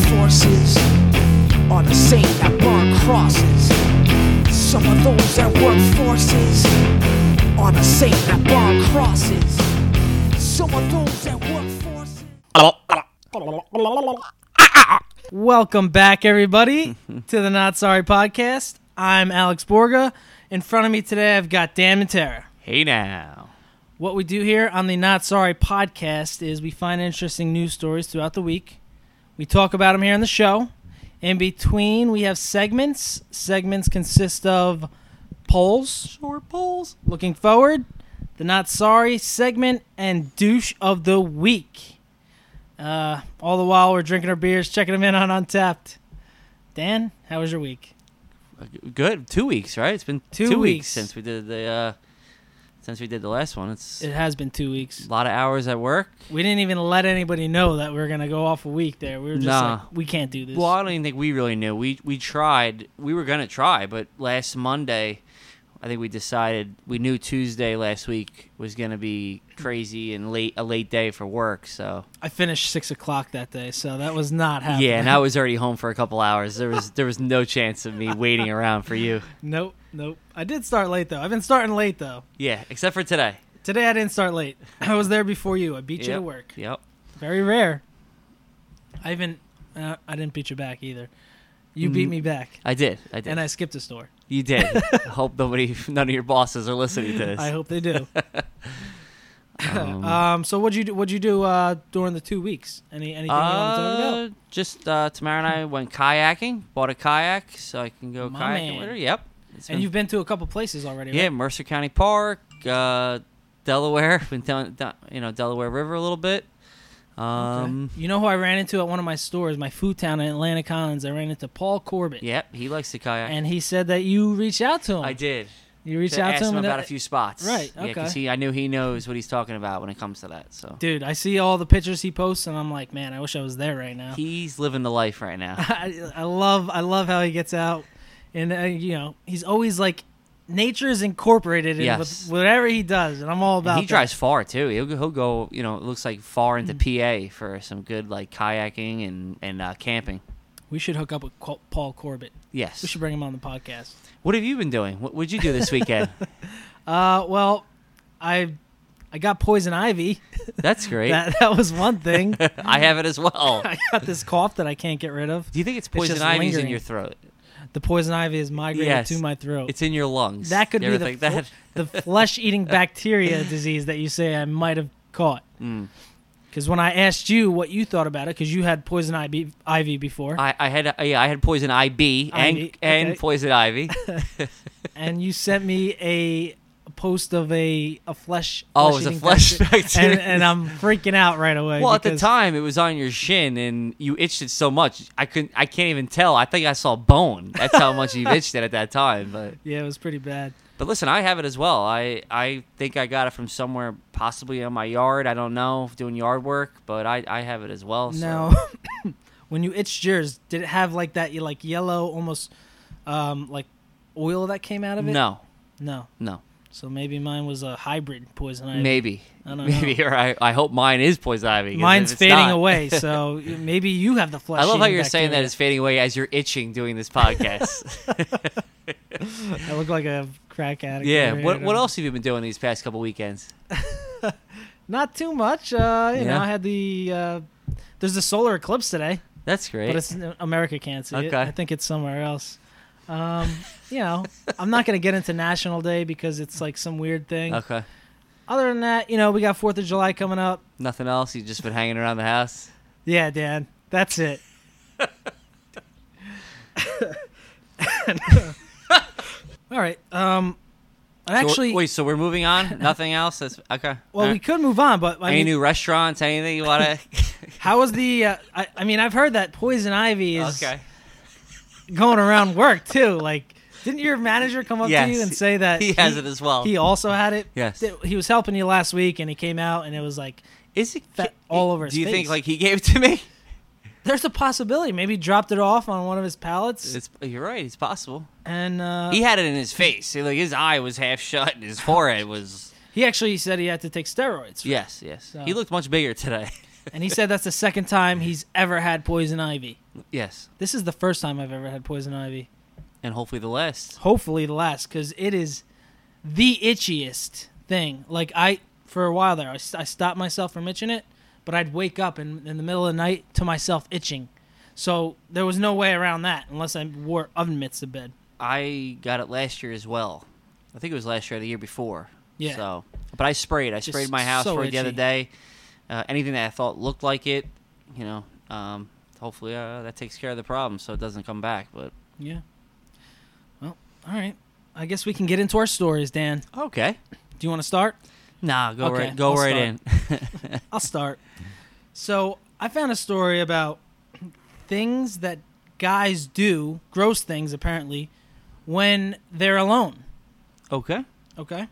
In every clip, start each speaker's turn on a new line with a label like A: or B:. A: bosses are the same that burn crosses. Some of those that work forces are the same that burn crosses. Some of those that work forces.
B: Welcome back, everybody, to the Not Sorry podcast. I'm Alex Borga. In front of me today, I've got Dan and Tara.
C: Hey now.
B: What we do here on the Not Sorry podcast is we find interesting news stories throughout the week. We talk about them here on the show. In between, we have segments. Segments consist of polls, short polls, looking forward, the Not Sorry segment, and douche of the week. Uh, all the while, we're drinking our beers, checking them in on Untapped. Dan, how was your week?
C: Good. Two weeks, right? It's been
B: Two
C: two,
B: weeks.
C: weeks. since we did the uh since we did the last one. It's
B: It
C: a
B: has been two weeks.
C: lot of hours at work.
B: We didn't even let anybody know that we were gonna go off a week there. We were just
C: Nah.
B: like, we can't do this.
C: Well, I don't even think we really knew. We we tried. We were gonna try, but last Monday, I think we decided we knew Tuesday last week was gonna be crazy and late a late day for work. So
B: I finished six o'clock that day, so that was not happening.
C: yeah, and I was already home for a couple hours. There was there was no chance of me waiting around for you.
B: nope, nope. I did start late though. I've been starting late though.
C: Yeah, except for today.
B: Today I didn't start late. I was there before you. I beat you to
C: Yep,
B: work.
C: Yep.
B: Very rare. I even uh, I didn't beat you back either. You beat
C: Mm.
B: me back,
C: I did. I did.
B: and I skipped a store.
C: You did. hope nobody, none of your bosses are listening to this.
B: I hope they do.
C: Um,
B: um, so what'd you do, what'd you do uh, during the two weeks? Any anything you want to talk about?
C: Uh, just uh, Tamara and I went kayaking. Bought a kayak so I can go
B: My
C: kayaking
B: man.
C: with her. Yep. It's
B: And
C: been-
B: you've been to a couple places already,
C: yeah,
B: right?
C: Mercer County Park, uh, Delaware. Went down, down, you know, Delaware River a little bit. Um,
B: you know who I ran into at one of my stores, my food town in Atlanta Collins. I ran into Paul Corbett,
C: Yep, he likes to kayak.
B: and he said that you reached out to him.
C: I did.
B: You reached
C: I
B: out
C: asked
B: to him,
C: him
B: and
C: about
B: that-
C: a few spots.
B: Right,
C: Yeah, 'cause
B: okay.
C: he, I knew he knows what he's talking about when it comes to that. So
B: Dude, I see all the pictures he posts, and I'm like, man, I wish I was there right now.
C: he's living the life right now.
B: I, I love, I love how he gets out, and uh, you know, he's always like, nature is incorporated in
C: Yes.
B: with whatever he does, and I'm all about.
C: And he
B: that.
C: drives far too. He'll, go- he'll go, you know, it looks like far
B: Hmm.
C: into PA for some good like kayaking and and uh, camping.
B: We should hook up with Col- Paul Corbett. We
C: Yes.
B: should bring him on the podcast.
C: What have you been doing? What would you do this weekend?
B: Uh, well, I, I got poison ivy.
C: That's great.
B: That that was one thing.
C: I have it as well.
B: I got this cough that I can't get rid of.
C: Do you think it's
B: just
C: poison ivy's in
B: lingering.
C: your throat?
B: The poison ivy is migrating
C: Yes.
B: to my throat.
C: It's in your lungs.
B: that could
C: You
B: be
C: ever
B: the,
C: think
B: fl-
C: that.
B: the flesh-eating bacteria disease that you say I might have caught.
C: Hmm.
B: Because when I asked you what you thought about it, because you had poison ivy, ivy before,
C: I, I had uh, yeah, I had poison IB and
B: Ivy,
C: and
B: okay.
C: poison ivy.
B: and you sent me a post of a a flesh.
C: Oh, it was a
B: flesh-eating
C: flesh
B: and,
C: bacteria.
B: and I'm freaking out right away.
C: Well, at the
B: because
C: time it was on your shin and you itched it so much I couldn't I can't even tell. I think I saw bone. That's how much you itched it at that time. But
B: yeah, it was pretty bad.
C: But listen, I have it as well. I I think I got it from somewhere, possibly on my yard. I don't know, doing yard work, but I I have it as well. So.
B: Now, when you itched yours, did it have like that, like yellow, almost um, like oil that came out of it?
C: No,
B: no.
C: no,
B: So maybe mine was a hybrid poison ivy.
C: maybe,
B: I don't know.
C: maybe, or I, I hope mine is poison ivy. 'cause if
B: Mine's
C: it's
B: fading
C: not-
B: away, so maybe you have the flesh.
C: I love how you're saying that it's fading away as you're itching doing this podcast.
B: I look like a crack addict.
C: yeah.
B: over here.
C: What what else have you been doing these past couple weekends?
B: Not too much. Uh, you know,
C: Yeah.
B: I had the uh, there's the solar eclipse today,
C: That's great.
B: but it's America can't see it.
C: Okay.
B: I think it's somewhere else. Um, you know, I'm not gonna get into National Day because it's like some weird thing.
C: okay.
B: Other than that, you know, we got Fourth of July coming up.
C: Nothing else. You've just been hanging around the house.
B: Yeah, Dan, that's it. All right. Um,
C: So
B: and
C: we're-
B: actually,
C: wait. So we're moving on. Nothing else. That's okay.
B: well, we could move on, but I
C: any
B: mean,
C: new restaurants? Anything you want to?
B: how was the? Uh, I, I mean, I've heard that poison ivy is
C: okay.
B: going around work too. Like, didn't your manager come up
C: Yes,
B: to you and say that
C: he has it as well.
B: He also had it.
C: Yes.
B: Th- he was helping you last week, and he came out, and it was like,
C: Is it
B: Fe- all over his
C: Do you
B: face.
C: think like he gave it to me?
B: there's a possibility. Maybe he dropped it off on one of his pallets,
C: It's you're right. It's possible.
B: and uh,
C: He had it in his face. Like his eye was half shut, and his forehead was.
B: He actually said he had to take steroids.
C: Yes, yes.
B: So-
C: He looked much bigger today.
B: and he said that's the second time he's ever had poison ivy.
C: Yes,
B: This is the first time I've ever had poison ivy.
C: and hopefully the last.
B: Hopefully the last, because it is the itchiest thing. Like I, for a while there, I, s- I stopped myself from itching it, but I'd wake up in in the middle of the night to myself itching. So there was no way around that unless I wore oven mitts to bed.
C: I got it last year as well. I think it was last year or the year before.
B: Yeah.
C: So, but I sprayed. I sprayed my house
B: so
C: for it the other
B: itchy.
C: day. Uh, anything that I thought looked like it, you know. Um, hopefully uh, that takes care of the problem, so it doesn't come back. But
B: Yeah. Well, all right. I guess we can get into our stories, Dan.
C: okay.
B: Do you want to start?
C: Nah, go
B: Okay,
C: right, go
B: I'll
C: right in.
B: I'll start. So I found a story about things that guys do, gross things apparently, when they're alone.
C: okay.
B: Okay.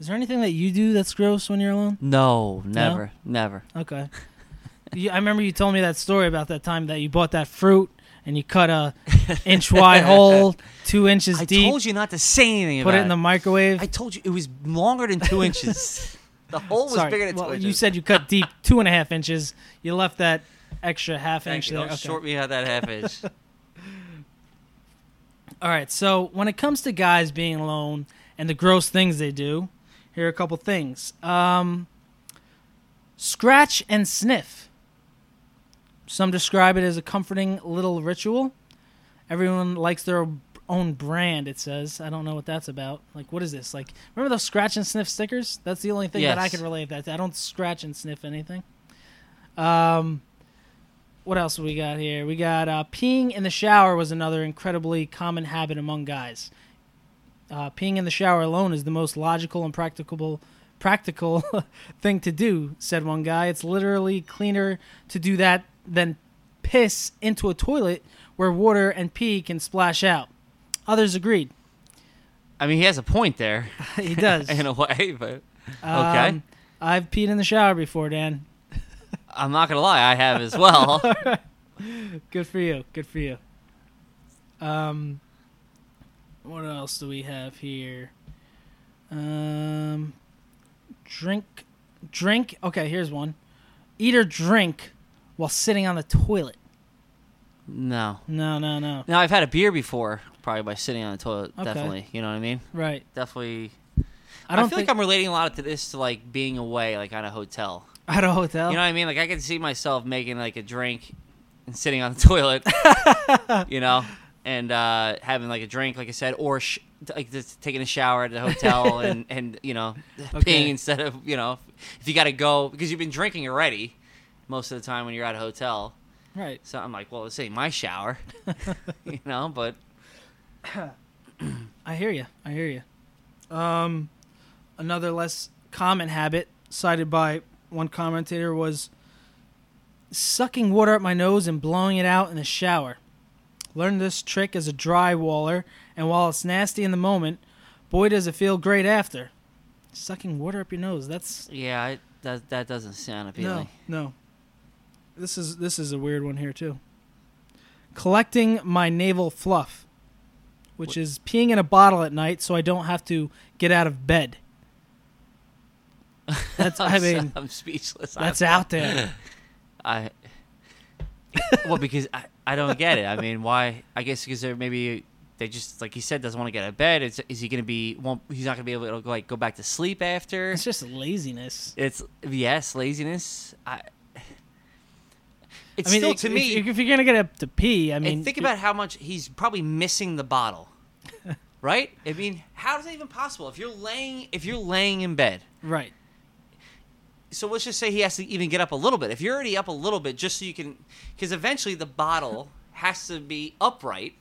B: Is there anything that you do that's gross when you're alone?
C: No, never, never.
B: Okay. you, I remember you told me that story about that time that you bought that fruit and you cut a inch wide hole, two inches
C: I
B: deep,
C: told you not to say anything
B: put
C: about
B: it in the microwave.
C: I told you it was longer than two inches. The hole was
B: Sorry.
C: bigger than
B: well,
C: two inches.
B: you said you cut deep two and a half inches. You left that extra half
C: Thank
B: inch
C: you.
B: there.
C: Don't
B: Okay.
C: short me out that half inch.
B: All right. So when it comes to guys being alone and the gross things they do, here are a couple things. Um, scratch and sniff. Some describe it as a comforting little ritual. Everyone likes their own brand. It says. I don't know what that's about. Like, what is this? Like, remember those scratch and sniff stickers? That's the only thing that I
C: Yes.
B: could relate that to. I don't scratch and sniff anything. Um, what else we got here? We got uh, peeing in the shower was another incredibly common habit among guys. Uh, peeing in the shower alone is the most logical and practicable practical thing to do, said one guy. It's literally cleaner to do that than piss into a toilet where water and pee can splash out. Others agreed.
C: I mean, he has a point there
B: he does.
C: in a way, but okay.
B: Um, I've peed in the shower before, Dan.
C: I'm not gonna lie, I have as well.
B: Good for you. Good for you. Um, what else do we have here? Um, drink, drink. Okay, here's one. Eat or drink while sitting on the toilet.
C: no,
B: No, no, no.
C: no, I've had a beer before, probably by sitting on the toilet.
B: Okay.
C: Definitely, you know what I mean.
B: Right.
C: Definitely.
B: I don't
C: feel
B: think
C: like I'm relating a lot to this to like being away, like at a hotel.
B: at a hotel.
C: You know what I mean? Like I can see myself making like a drink and sitting on the toilet, you know, and uh, having like a drink, like I said, or sh- like just taking a shower at the hotel and and you know,
B: Okay.
C: peeing instead of you know, if you got to go because you've been drinking already most of the time when you're at a hotel.
B: right.
C: So I'm like, well, this ain't my shower, you know. But
B: I hear you. I hear you. Um, another less common habit cited by one commentator was sucking water up my nose and blowing it out in the shower. Learned this trick as a drywaller, and while it's nasty in the moment, boy does it feel great after. Sucking water up your nose—that's
C: yeah, I, that that doesn't sound
B: no,
C: appealing.
B: no. This is this is a weird one here too. Collecting my navel fluff, which is peeing in a bottle at night, so I don't have to get out of bed. That's I
C: I'm so-
B: mean
C: I'm speechless. I'm-
B: that's out there.
C: I well because I, I don't get it. I mean, why? I guess because they're maybe they just like he said doesn't want to get out of bed. It's, is he going to be? Won't, he's not going to be able to like go back to sleep after.
B: It's just laziness.
C: It's yes, laziness. I. It's
B: I mean,
C: still
B: if-
C: to
B: if-
C: me.
B: if, you're gonna get up to pee, I mean,
C: and think
B: you-
C: about how much he's probably missing the bottle, right? I mean, how is that even possible? If you're laying, if you're laying in bed,
B: right.
C: so let's just say he has to even get up a little bit. If you're already up a little bit, just so you can, because eventually the bottle has to be upright,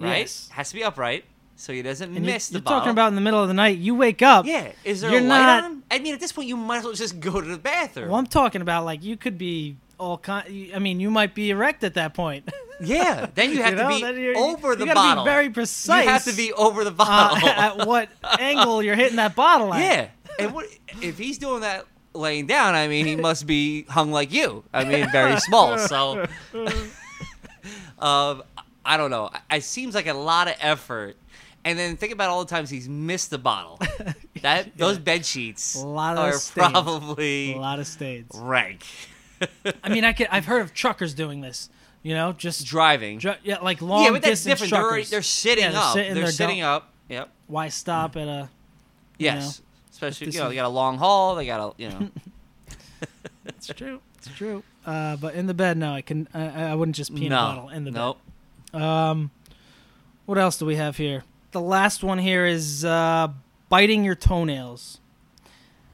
C: right?
B: Yes.
C: Has to be upright, so he doesn't
B: And you-
C: miss
B: you're
C: the bottle.
B: talking about in the middle of the night. You wake up.
C: yeah. Is there
B: you're
C: a light
B: not-
C: on? I mean, at this point, you might as well just go to the bathroom.
B: Well, I'm talking about like you could be all kind. I mean, you might be erect at that point.
C: yeah. Then you have
B: know,
C: to
B: then
C: be
B: you're-
C: over
B: you
C: the
B: gotta be
C: bottle.
B: very
C: You have
B: precise,
C: to be over the
B: uh,
C: bottle.
B: at what angle you're hitting that bottle at.
C: yeah. And what, if he's doing that laying down, I mean, he must be hung like you. I mean, very small. So, um, I don't know. I- It seems like a lot of effort. And then think about all the times he's missed the bottle. That those bed sheets
B: A lot of
C: are
B: stains.
C: probably
B: a lot of stains.
C: rank.
B: I mean, I could, I've heard of truckers doing this. You know, just
C: Driving.
B: dri- yeah, like long
C: yeah, but that's
B: distance
C: different. They're, already,
B: truckers.
C: they're sitting
B: Yeah, they're
C: up.
B: sitting,
C: they're
B: they're
C: sitting
B: go-
C: up. Yep.
B: Why stop at a?
C: Yes. Especially
B: This
C: you know
B: is-
C: they got a long haul. They got a you know.
B: It's true. It's true. Uh, but in the bed, no, I can. I, I wouldn't just pee in
C: no.
B: a bottle in the bed.
C: nope.
B: Um, what else do we have here? The last one here is uh, biting your toenails.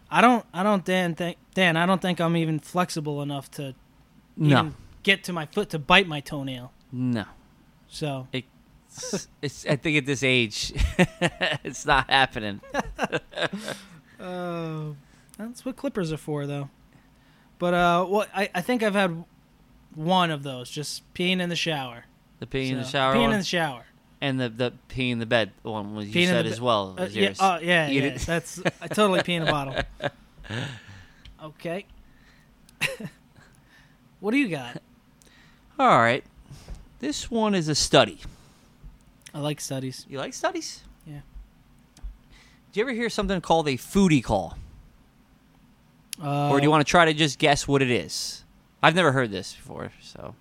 B: I don't, I don't, Dan, think, Dan, I don't think I'm even flexible enough to
C: No.
B: even get to my foot to bite my toenail.
C: No.
B: So
C: It's, it's. I think at this age, it's not happening.
B: Uh, that's what clippers are for, though. But uh, well, I, I think I've had one of those, just peeing in the shower.
C: The peeing in the
B: So,
C: shower.
B: Peeing
C: one,
B: in the shower.
C: and the the peeing in the bed one was
B: Peeing
C: you
B: in
C: said
B: the
C: as
B: be-
C: well.
B: Uh,
C: was
B: yeah,
C: yours.
B: oh, yeah,
C: You
B: yeah.
C: did-
B: That's I totally pee in a bottle. Okay. what do you got?
C: All right. This one is a study.
B: I like studies.
C: You like studies?
B: Yeah.
C: Do you ever hear something called a foodie call?
B: Uh,
C: or do you want to try to just guess what it is? I've never heard this before, so.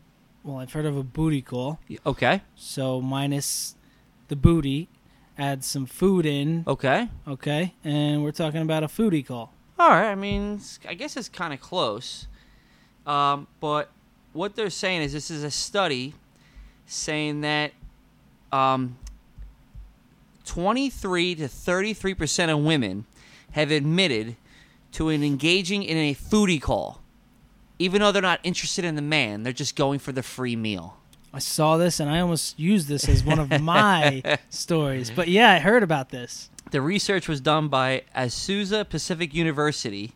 B: Well, I've heard of a booty call.
C: Y- Okay.
B: So minus the booty, add some food in.
C: Okay.
B: Okay, and we're talking about a foodie call.
C: All right. I mean, it's- I guess it's kind of close. Um, but what they're saying is this is a study saying that um, 23 to 33% of women have admitted to an engaging in a foodie call. Even though they're not interested in the man, they're just going for the free meal.
B: I saw this and I almost used this as one of my stories. But yeah, I heard about this.
C: The research was done by Azusa Pacific University,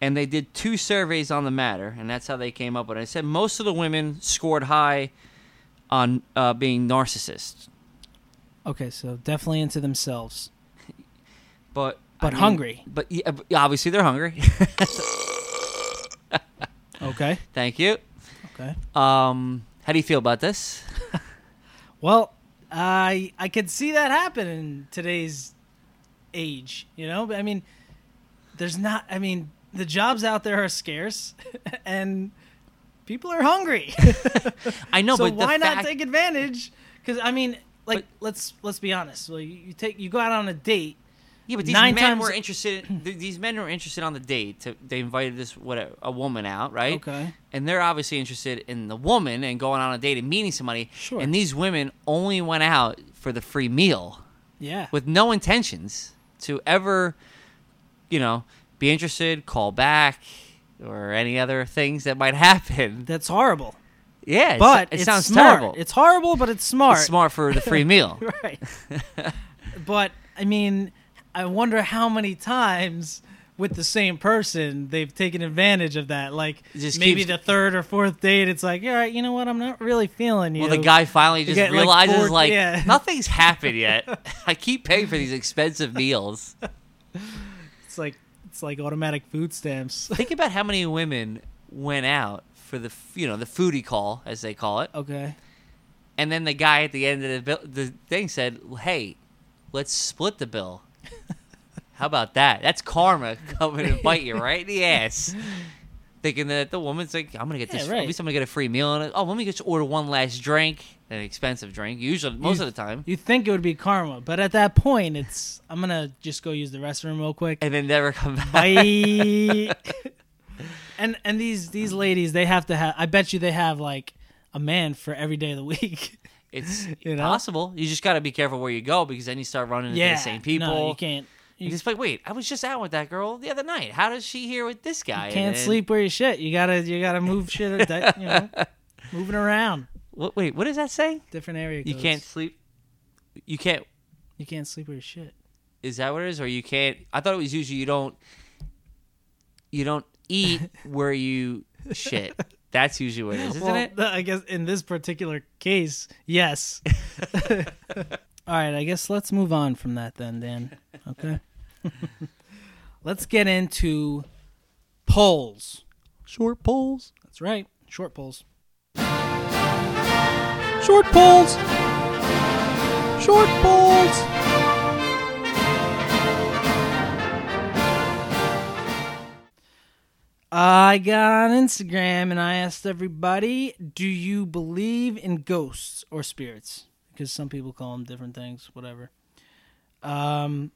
C: and they did two surveys on the matter, and that's how they came up with it. It said most of the women scored high on uh, being narcissists,
B: Okay, so definitely into themselves.
C: but I
B: But
C: mean-
B: hungry.
C: But yeah, but obviously they're hungry.
B: Okay.
C: Thank you.
B: Okay.
C: Um, how do you feel about this?
B: Well, I I could see that happen in today's age, you know? But I mean, there's not I mean, the jobs out there are scarce and people are hungry.
C: I know,
B: so
C: but the
B: why not
C: fact-
B: take advantage? Cuz I mean, like
C: But-
B: let's let's be honest. Well, you, you take you go out on a date
C: Yeah, but these
B: Nine
C: men
B: times-
C: were interested. th- these men were interested on the date. To, they invited this whatever a woman out, right?
B: Okay.
C: And they're obviously interested in the woman and going on a date and meeting somebody.
B: Sure.
C: And these women only went out for the free meal
B: Yeah.
C: with no intentions to ever, you know, be interested, call back, or any other things that might happen.
B: That's horrible.
C: Yeah, it so-
B: But
C: it
B: it's
C: sounds
B: smart.
C: terrible.
B: It's horrible, but it's smart.
C: It's smart for the free meal.
B: right. but I mean, I wonder how many times with the same person they've taken advantage of that. Like
C: It just
B: maybe
C: keeps-
B: the third or fourth date, it's like, all right, you know what? I'm not really feeling you.
C: Well, the guy finally just
B: get, like,
C: realizes,
B: bored-
C: like,
B: yeah.
C: nothing's happened yet. I keep paying for these expensive meals.
B: It's like it's like automatic food stamps.
C: Think about how many women went out for the, f- you know, the foodie call, as they call it.
B: okay.
C: And then the guy at the end of the, bill, the thing said, hey, let's split the bill. How about that? That's karma coming to bite you right in the ass. Thinking that the woman's like, I'm gonna get
B: Yeah,
C: this.
B: right.
C: At least I'm gonna get a free meal. And oh, let me just order one last drink, an expensive drink. Usually, most
B: You-
C: of the time,
B: You think it would be karma, but at that point, it's I'm gonna just go use the restroom real quick.
C: and then never come back.
B: Bye. and and these these ladies, they have to have. I bet you they have like a man for every day of the week.
C: It's
B: You know?
C: possible. You just got to be careful where you go because then you start running into the same people.
B: No, you can't. You
C: You're just like, wait, I was just out with that girl the other night. How does she here with this guy? And
B: can't
C: then-
B: sleep where you shit. You gotta you gotta move shit. di- you know, moving around,
C: What, wait, what does that say?
B: different area.
C: You
B: codes.
C: can't sleep. You can't.
B: You can't sleep where you shit.
C: Is that what it is? Or you can't? I thought it was usually you don't. You don't eat where you shit. That's usually what it is, isn't
B: well,
C: it?
B: th- I guess in this particular case, yes. All right, I guess let's move on from that then, Dan. Okay. let's get into polls.
C: Short poles.
B: That's right, short polls.
C: Short poles. Short poles.
B: I got on Instagram and I asked everybody, do you believe in ghosts or spirits? Because some people call them different things, whatever. Um,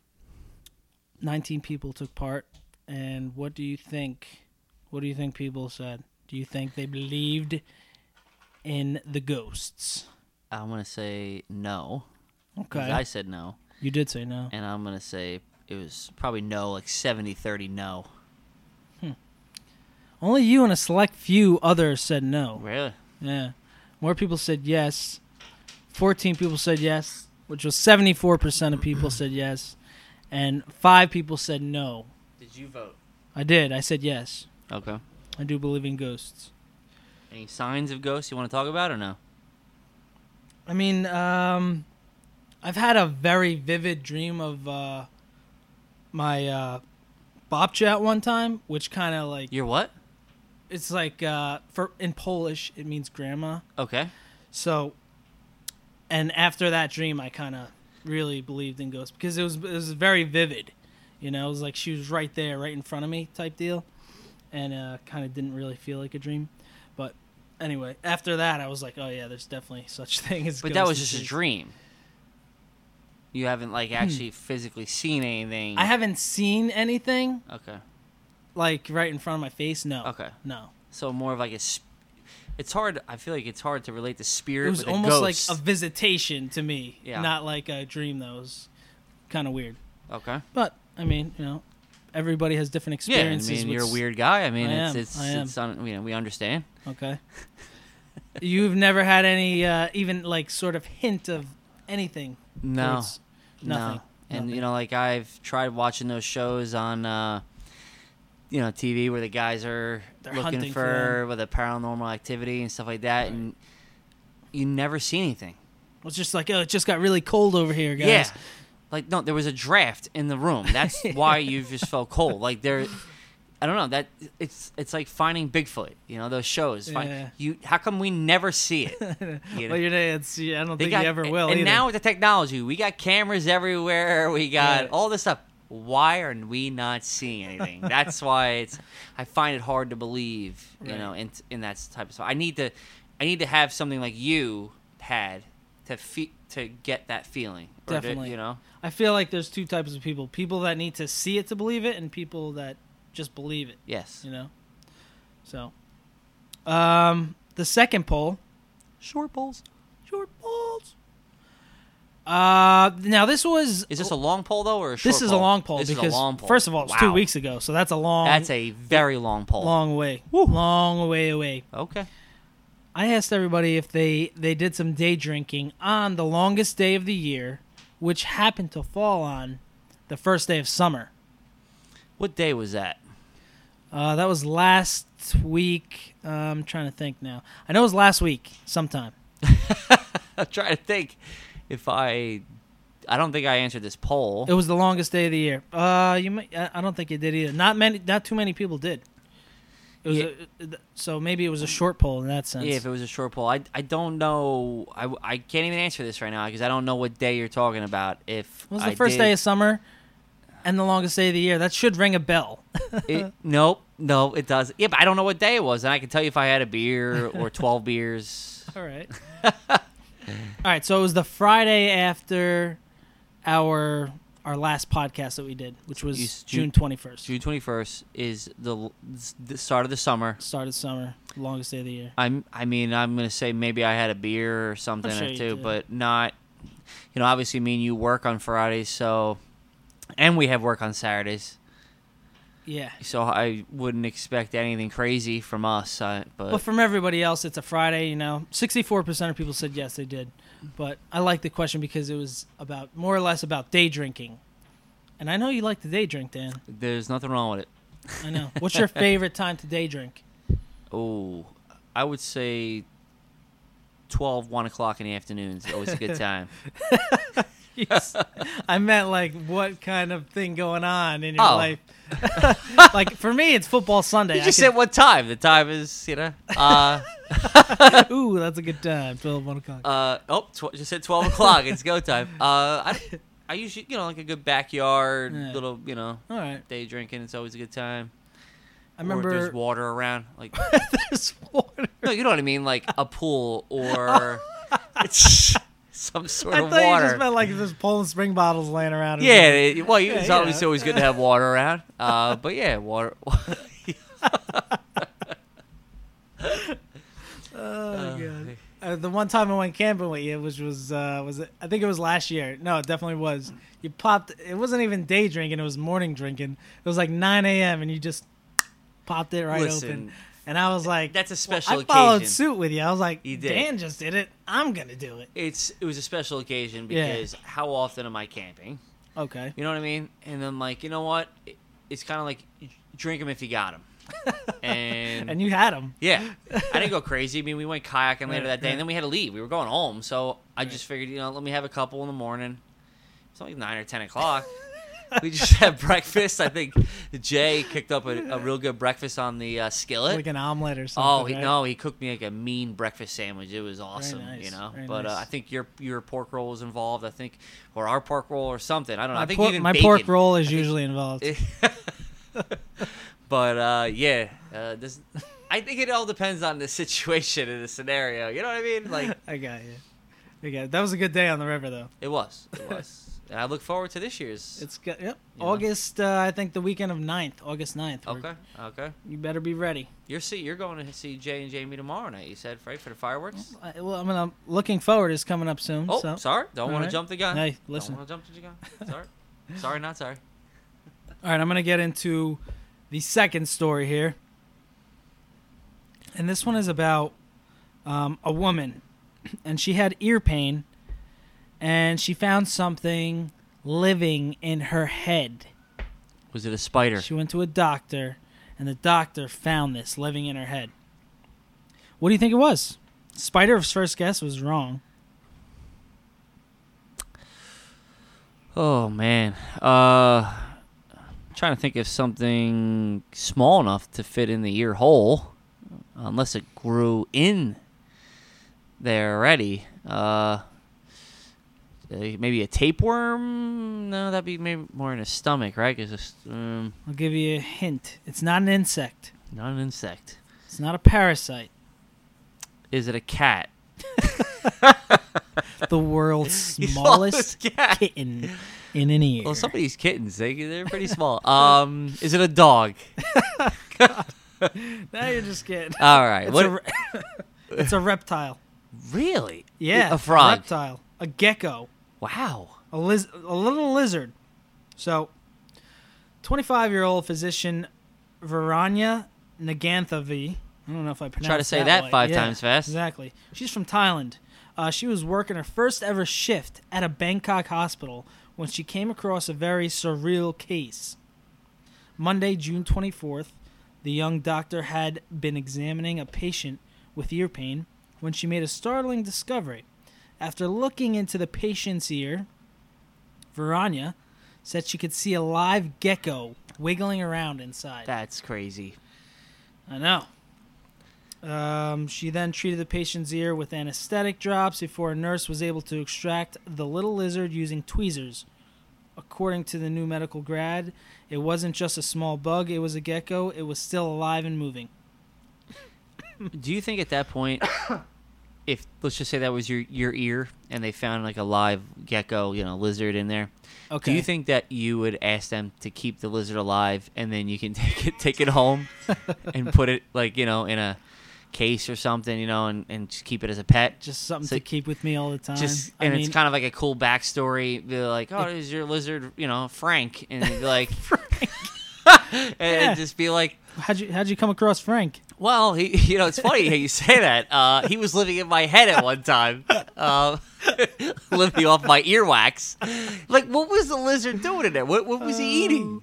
B: 19 people took part. And what do you think? What do you think people said? Do you think they believed in the ghosts?
C: I'm gonna say no. 'cause
B: Okay.
C: I said no,
B: you did say no.
C: and I'm gonna say it was probably no, like 70-30 no.
B: Only you and a select few others said no.
C: Really?
B: Yeah. More people said yes. 14 people said yes, which was 74% of people said yes. And five people said no.
C: Did you vote?
B: I did. I said yes.
C: Okay.
B: I do believe in ghosts.
C: Any signs of ghosts you want to talk about or no?
B: I mean, um, I've had a very vivid dream of uh, my uh, babcia at one time, which kind of like,
C: You're what?
B: it's like, uh, for in Polish, it means grandma.
C: Okay.
B: So, and after that dream, I kind of really believed in ghosts because it was it was very vivid. You know, it was like she was right there, right in front of me, type deal, and uh, kind of didn't really feel like a dream. But anyway, after that, I was like, oh yeah, there's definitely such thing as.
C: But that
B: ghosts
C: was
B: and
C: just a
B: shit.
C: dream. You haven't like actually physically seen anything.
B: Hmm. I haven't seen anything
C: Okay.
B: like right in front of my face. No.
C: Okay.
B: No.
C: So more of like a. Sp- it's hard. I feel like it's hard to relate the spirit.
B: It was
C: with a
B: almost
C: ghost.
B: like a visitation to me,
C: Yeah.
B: not like a dream. That was kind of weird.
C: Okay.
B: But I mean, you know, everybody has different
C: Yeah, I
B: experiences.
C: mean,
B: with
C: you're a
B: s-
C: weird guy. I mean,
B: I
C: it's
B: am,
C: it's
B: I am.
C: it's un, you know, we understand.
B: Okay. You've never had any, uh, even like sort of hint of anything.
C: No,
B: towards- nothing.
C: no. And
B: Nothing.
C: you know, like I've tried watching those shows on, uh, you know, TV where the guys are
B: They're
C: looking
B: hunting for
C: for with a paranormal activity and stuff like that, and you never see anything.
B: It's just like, oh, it just got really cold over here, guys.
C: Yeah. Like no, there was a draft in the room. That's why you just felt cold. Like there, I don't know. That it's it's like finding Bigfoot. You know those shows. Find,
B: Yeah.
C: You how come we never see it? You know?
B: Well, you're it's, yeah, I don't think you ever will.
C: And
B: either.
C: now with the technology, we got cameras everywhere. We got
B: Yeah.
C: all this stuff. Why are we not seeing anything? That's why it's. I find it hard to believe, you
B: Right.
C: know, in in that type of stuff. I need to, I need to have something like you had to fe- to get that feeling. or to-
B: Definitely.
C: you know.
B: I feel like there's two types of people: people that need to see it to believe it, and people that just believe it.
C: Yes.
B: You know. So, um, the second poll
C: Short poles.
B: Short polls. Uh, now this was
C: Is this a long pole though, or a short
B: oh, this is a
C: poll?
B: long poll
C: This is a
B: because
C: long poll.
B: first of all, it's two
C: Wow.
B: weeks ago, so that's a long
C: That's a very long poll.
B: long way, long way away.
C: Okay.
B: I asked everybody if they they did some day drinking on the longest day of the year, which happened to fall on the first day of summer.
C: What day was that?
B: Uh, that was last week. Uh, I'm trying to think now. I know it was last week, sometime.
C: I'm trying to think if I. I don't think I answered this poll.
B: It was the longest day of the year. Uh, you might. I I don't think it did either. Not many. Not too many people did. It was
C: Yeah.
B: a, so maybe it was a short poll in that sense.
C: Yeah, if it was a short poll, I, I don't know. I, w- I can't even answer this right now because I don't know what day you're talking about. If
B: It was the
C: I
B: first day
C: did-
B: of summer and the longest day of the year. That should ring a bell.
C: it, nope, no, it does. Yeah, but I don't know what day it was, and I can tell you if I had a beer or twelve beers.
B: All right. All right, so it was the Friday after our our last podcast that we did, which was
C: You s-
B: June
C: June-
B: 21st.
C: June twenty first is the, l- s- the start of the summer.
B: Started summer, longest day of the year.
C: I'm I mean I'm gonna say maybe I had a beer or something
B: sure
C: or
B: you
C: two,
B: did.
C: but not. You know, obviously, me and you work on Fridays, so and we have work on Saturdays,
B: Yeah.
C: so I wouldn't expect anything crazy from us. I, but
B: But from everybody else, it's a Friday, you know. 64% of people said yes, they did. But I like the question because it was about more or less about day drinking. And I know you like to day drink, Dan.
C: There's nothing wrong with it.
B: I know. What's your favorite time to day drink?
C: Oh, I would say 12, 1 o'clock in the afternoon is always a good time.
B: Yes. I meant like what kind of thing going on in your
C: Oh.
B: life. like for me, it's football Sunday.
C: you just
B: I
C: said what time? The time is, you know. Uh,
B: could- "Ooh, that's a good time." Twelve one o'clock.
C: uh, oh, tw- just said 12 o'clock. It's go time. Uh, I, I usually, you know, like a good backyard,
B: Yeah.
C: little, you know,
B: All right.
C: day drinking. It's always a good time.
B: I
C: or if there's
B: remember
C: water around. Like
B: this water.
C: no, you know what I mean, like a pool or it's some sort
B: I
C: of
B: thought you
C: water.
B: just meant like just Poland spring bottles laying around.
C: yeah, it- well, it's
B: Yeah, you
C: always
B: know.
C: always good to have water around. Uh, but yeah, water.
B: Oh, God. Uh, the one time I went camping with you, which was uh, was it, I think it was last year. No, it definitely was. You popped. It wasn't even day drinking. It was morning drinking. It was like 9 a.m. and you just popped it right open.
C: Listen,
B: And I was like,
C: that's a
B: well,
C: special
B: I followed
C: occasion.
B: suit with you. I was like,
C: You did.
B: Dan just did it. I'm gonna do it.
C: it's it was a special occasion
B: Yeah.
C: because how often am I camping?
B: Okay.
C: You know what I mean? And then like, you know what? It- It's kind of like y- drink them if you got them. And,
B: And you had him.
C: yeah, I didn't go crazy. I mean, we went kayaking
B: Right,
C: later that day,
B: right.
C: and then we had to leave. We were going home, so I just figured, you know, let me have a couple in the morning. It's like nine or ten o'clock. we just had breakfast. I think Jay kicked up a, a real good breakfast on the uh, skillet.
B: Like an omelet or
C: Oh
B: something.
C: he,
B: right?
C: no, he cooked me like a mean breakfast sandwich. It was awesome,
B: nice,
C: you know.
B: very
C: But uh,
B: nice.
C: I think your your pork roll was involved. I think, or our pork roll or something. I don't know.
B: My,
C: I think
B: por-
C: even
B: my
C: bacon.
B: pork roll is usually involved.
C: but uh, yeah, uh, this. I think it all depends on the situation and the scenario. You know what I mean? Like
B: I got you. I got That was a good day on the river, though.
C: it was, it was, and I look forward to this year's.
B: It's got yep.
C: Yeah.
B: August, uh, I think the weekend of 9th, August 9th. We're-
C: okay, okay.
B: You better be ready.
C: You're see, you're going to see Jay and Jamie tomorrow night. You said right for the fireworks.
B: I, well, I'm gonna, looking forward is coming up soon.
C: Oh,
B: so.
C: sorry. Don't
B: all
C: want
B: right.
C: to jump the gun.
B: Hey, listen.
C: Don't want to jump the gun. Sorry, sorry, not sorry.
B: All right, I'm gonna get into the second story here, and this one is about um, a woman, and she had ear pain, and she found something living in her head.
C: Was it a spider?
B: She went to a doctor, and the doctor found this living in her head. What do you think it was? Spider's first guess was wrong.
C: Oh man. Uh trying to think of something small enough to fit in the ear hole unless it grew in there already. Uh uh, maybe a tapeworm? No, that'd be maybe more in the stomach, right? Because um,
B: I'll give you a hint. It's not an insect.
C: not an insect.
B: It's not a parasite.
C: Is it a cat?
B: The world's smallest
C: cat.
B: kitten in an ear.
C: Well, some of these kittens, they, they're pretty small. Um, is it a dog?
B: now you're just kidding.
C: All right.
B: It's,
C: what?
B: a, re- it's a reptile.
C: really?
B: Yeah,
C: A frog.
B: reptile, a gecko,
C: Wow.
B: a, liz- a little lizard. So, 25 year old physician Varanya Naganthavi. I don't know if I pronounced
C: Try to say
B: that
C: that
B: right.
C: five
B: Yeah,
C: times fast.
B: Exactly. She's from Thailand. Uh, she was working her first ever shift at a Bangkok hospital when she came across a very surreal case. Monday, June 24th, the young doctor had been examining a patient with ear pain when she made a startling discovery. After looking into the patient's ear, Veranya said she could see a live gecko wiggling around inside.
C: That's crazy.
B: I know. Um, she then treated the patient's ear with anesthetic drops before a nurse was able to extract the little lizard using tweezers. According to the new medical grad, it wasn't just a small bug, it was a gecko. It was still alive and moving.
C: Do you think at that point, if let's just say that was your your ear, and they found like a live gecko, you know, lizard in there,
B: Okay.
C: do you think that you would ask them to keep the lizard alive, and then you can take it take it home, and put it like you know in a case or something, you know, and and just keep it as a pet,
B: just something
C: So-
B: to keep with me all the time?
C: just
B: I
C: and
B: mean,
C: it's kind of like a cool backstory. They're like, oh, is your lizard, you know, Frank, and you'd be like, and
B: Yeah.
C: just be like,
B: how'd you how'd you come across Frank?
C: Well, he, you know, it's funny how you say that. Uh, he was living in my head at one time, uh, living off my earwax. Like, what was the lizard doing in there? What, what was
B: Uh,
C: he eating?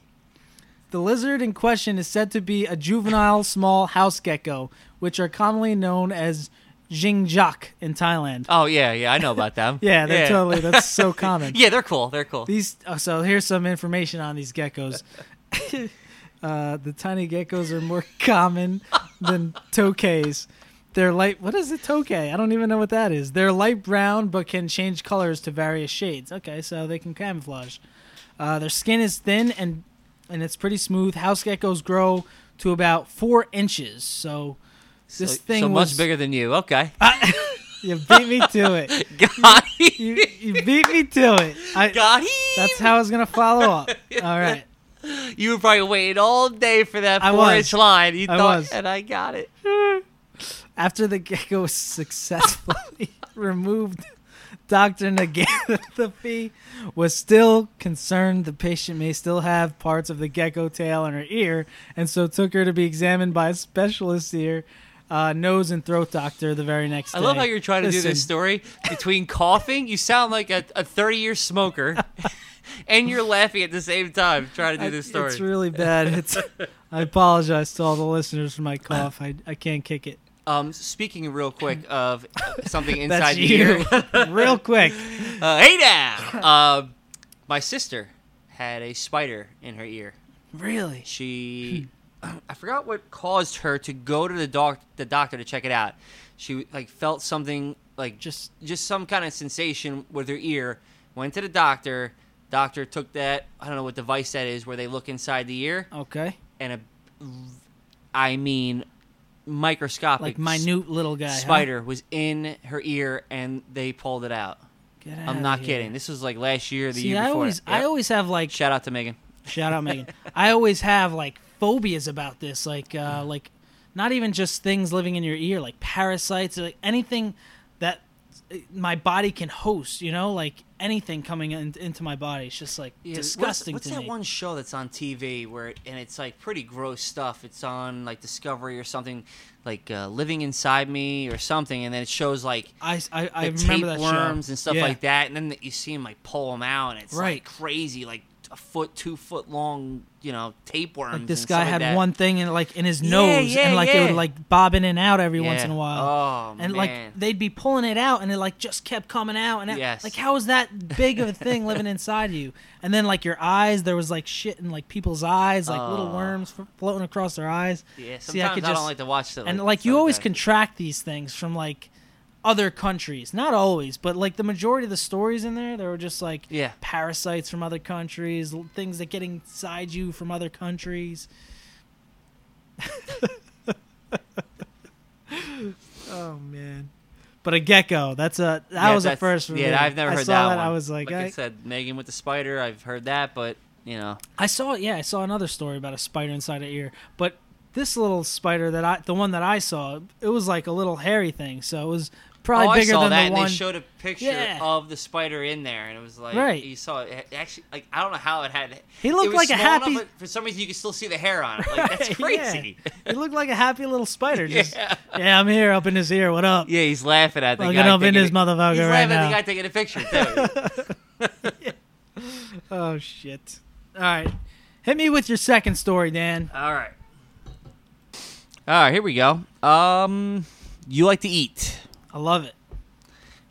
B: The lizard in question is said to be a juvenile small house gecko, which are commonly known as jingjak in Thailand.
C: Oh yeah, yeah, I know about them.
B: Yeah, they're totally. That's so common.
C: Yeah, they're cool. They're cool.
B: These. Oh, so here's some information on these geckos. uh, the tiny geckos are more common than tokays. They're light. What is a tokay? I don't even know what that is. They're light brown but can change colors to various shades. Okay, so they can camouflage. Uh, their skin is thin and and it's pretty smooth. House geckos grow to about four inches. So this
C: so,
B: thing
C: so
B: was
C: much bigger than you. Okay,
B: You beat me to it.
C: got him.
B: You, you beat me to it. I,
C: Got him.
B: that's how I was gonna follow up. All right.
C: you were probably waiting all day for that
B: I
C: four
B: was.
C: inch line. You
B: I
C: thought,
B: was.
C: and I got it.
B: After the gecko was successfully removed, Dr. Nagathathy was still concerned the patient may still have parts of the gecko tail in her ear, and so took her to be examined by a specialist ear, uh, nose and throat doctor the very next
C: I
B: day.
C: love how you're trying to do this
B: Listen,
C: story between coughing. You sound like a 30 year smoker, and you're laughing at the same time trying to do this
B: I-
C: story.
B: It's really bad. It's, I apologize to all the listeners for my cough. I, I can't kick it.
C: Um, speaking real quick of something
B: That's
C: inside the
B: you.
C: ear.
B: Real quick.
C: Uh, hey now, um, my sister had a spider in her ear.
B: Really?
C: She,
B: Hmm.
C: I forgot what caused her to go to the doc, the doctor to check it out. She like felt something like
B: Just-
C: just some kind of sensation with her ear. Went to the doctor. Doctor took that I don't know what device that is where they look inside the ear
B: Okay.
C: and a, I mean, microscopic
B: Like minute little guy. huh?
C: spider was in her ear and they pulled it out.
B: Get outta
C: I'm not
B: here.
C: kidding. This was like last year, the
B: See,
C: year
B: I
C: before.
B: always, I
C: Yep.
B: always have like
C: shout out to Megan.
B: shout out Megan. I always have like phobias about this, like,
C: Mm.
B: uh, like not even just things living in your ear, like parasites, or, like anything that uh, my body can host. You know, like anything coming in, into my body. It's just like
C: Yeah, what's-
B: disgusting
C: What's,
B: to
C: that
B: me.
C: one show that's on TV where it, and it's like pretty gross stuff? It's on like Discovery or something, like uh, Living Inside Me or something, and then it shows like
B: I, I, I
C: the
B: remember that show.
C: tapeworms and stuff
B: Yeah.
C: like that, and then you see him like pull them out, and it's
B: Right.
C: like crazy, like a foot, two foot long, you know, tapeworms.
B: Like this
C: and
B: guy
C: stuff like
B: had
C: that.
B: one thing in like in his
C: Yeah,
B: nose
C: yeah,
B: and like it
C: yeah.
B: would like bob in and out every once
C: Yeah.
B: in a while.
C: Oh,
B: and
C: man.
B: like they'd be pulling it out and it like just kept coming out and out.
C: Yes.
B: like how is that big of a thing living inside you? And then like your eyes, there was like shit in like people's eyes, like little
C: Oh.
B: worms f- floating across their eyes.
C: Yeah, sometimes
B: See, I
C: I,
B: could
C: don't
B: just
C: like to watch that.
B: and like you always
C: that.
B: contract these things from like other countries not always but like the majority of the stories in there they were just like
C: Yeah.
B: parasites from other countries l- things that get inside you from other countries oh man but a gecko that's a that
C: Yeah,
B: was a
C: that's-
B: first for
C: Yeah,
B: me.
C: I've never
B: I
C: heard
B: saw
C: that, one.
B: i was like,
C: I,
B: I-
C: said, Megan with the spider. I've heard that, but you know,
B: I saw yeah, I saw another story about a spider inside an ear, but this little spider that I the one that I saw, it was like a little hairy thing, so it was probably
C: oh, I
B: bigger
C: saw
B: than
C: that.
B: the
C: and
B: one.
C: they showed a picture
B: Yeah.
C: of the spider in there, and it was like,
B: Right.
C: You saw it it actually. Like I don't know how it had.
B: He looked
C: it was
B: like a
C: small enough,
B: happy-
C: but for some reason, you could still see the hair on it. Like that's
B: Yeah.
C: crazy. Yeah.
B: It looked like a happy little spider. Just, yeah.
C: Yeah.
B: I'm here up in his ear. What up?
C: he's laughing at the
B: Looking
C: guy.
B: up in
C: taking
B: this
C: a-
B: motherfucker
C: He's laughing
B: right now.
C: at the guy taking a picture too.
B: Oh shit! All right, hit me with your second story, Dan.
C: All right. All right, here we go. Um, you like to eat.
B: I love it.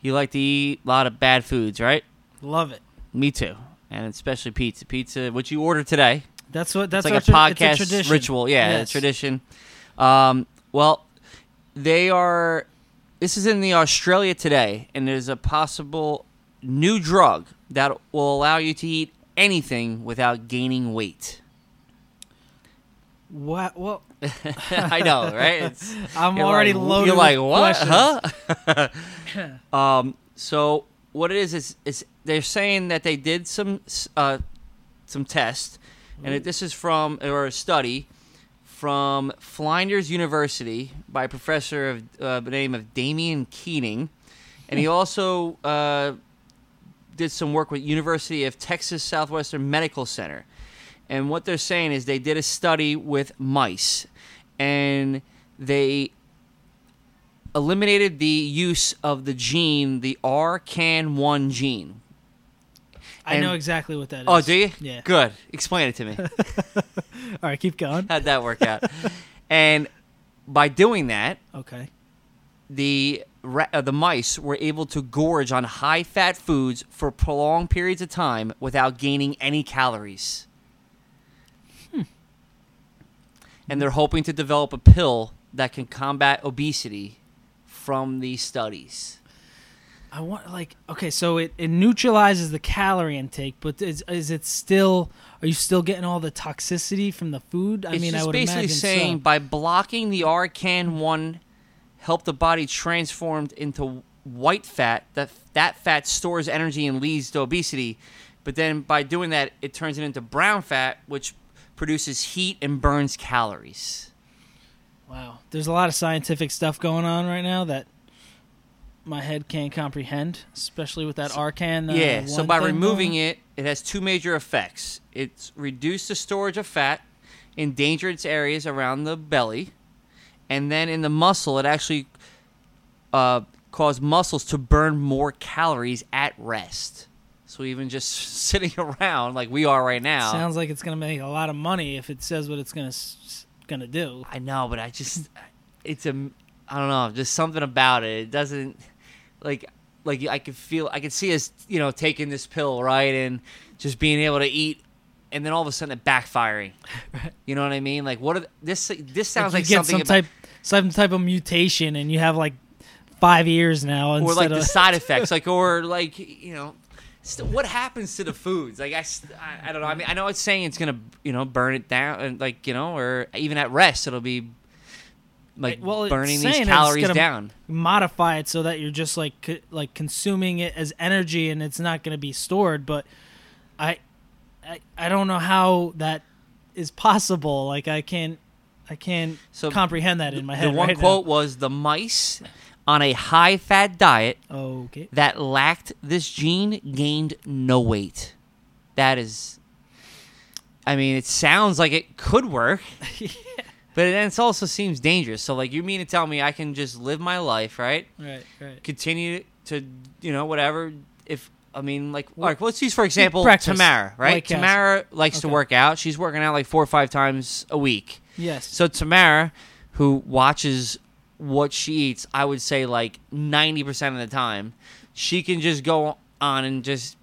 C: You like to eat a lot of bad foods, right?
B: Love it.
C: Me too, and especially pizza. Pizza, what you order today?
B: That's what. That's
C: it's like
B: our
C: a
B: tra-
C: podcast
B: it's tradition.
C: ritual. Yeah,
B: Yes.
C: a tradition. Um, well, they are. This is in the Australia today, and there's a possible new drug that will allow you to eat anything without gaining weight.
B: What? Well,
C: I know, right? It's,
B: I'm
C: you're
B: already
C: like,
B: loaded.
C: You're like
B: with
C: what?
B: questions.
C: Huh? um. So what it is is is they're saying that they did some s- uh, some tests, and it, this is from or a study from Flinders University by a professor of uh, the name of Damian Keating, and he also uh, did some work with University of Texas Southwestern Medical Center. And what they're saying is they did a study with mice and they eliminated the use of the gene, the RCAN1 gene.
B: I know
C: And-
B: exactly what that is.
C: Oh, do you?
B: Yeah.
C: Good. Explain it to me.
B: All right, keep going.
C: How'd that work out? and by doing that,
B: Okay.
C: the ra- uh, the mice were able to gorge on high fat foods for prolonged periods of time without gaining any calories. Hmm. And they're hoping to develop a pill that can combat obesity from these studies.
B: I want like okay, so it, it neutralizes the calorie intake, but is is it still? Are you still getting all the toxicity from the food? I
C: it's
B: mean,
C: just
B: I would
C: basically
B: imagine
C: saying
B: so.
C: by blocking the arcan one, help the body transformed into white fat. That that fat stores energy and leads to obesity, but then by doing that, it turns it into brown fat, which produces heat and burns calories.
B: Wow, there's a lot of scientific stuff going on right now that my head can't comprehend, especially with that Arcan. Uh,
C: yeah. So
B: one
C: by
B: thing
C: removing
B: going.
C: it, it has two major effects. It's reduced the storage of fat, endanger its areas around the belly, and then in the muscle, it actually uh, caused muscles to burn more calories at rest. So even just sitting around like we are right now,
B: sounds like it's gonna make a lot of money if it says what it's gonna s- s- gonna do.
C: I know, but I just it's a I don't know, just something about it. It doesn't like like I could feel I could see us you know taking this pill right and just being able to eat. And then all of a sudden, it backfiring. You know what I mean? Like, what? Are, th- this this sounds
B: you
C: like,
B: get
C: something,
B: some
C: about-
B: type some type of mutation, and you have like five years now
C: or
B: instead
C: like
B: of
C: the side effects, like or like you know, st- what happens to the foods? Like I, s- I, I don't know. I mean, I know it's saying it's gonna you know burn it down, and like you know, or even at rest, it'll be like
B: Right, well, it's
C: burning
B: saying
C: these
B: it's
C: calories
B: gonna-
C: down.
B: modify it so that you're just like co- like consuming it as energy and it's not going to be stored but I, I i don't know how that is possible like i can't i can't
C: So,
B: comprehend that in my head
C: The one
B: right now.
C: quote was the mice on a high fat diet
B: okay
C: that lacked this gene gained no weight. That is I mean, it sounds like it could work. But then it also seems dangerous. So like you mean to tell me I can just live my life, right?
B: right right
C: Continue to you know, whatever if I mean, like, like, let's use for example
B: breakfast,
C: Tamara, right?
B: White Castle.
C: Tamara likes to
B: Okay.
C: work out. She's working out like four or five times a week.
B: yes
C: So Tamara, who watches what she eats, I would say like ninety percent of the time, she can just go on and just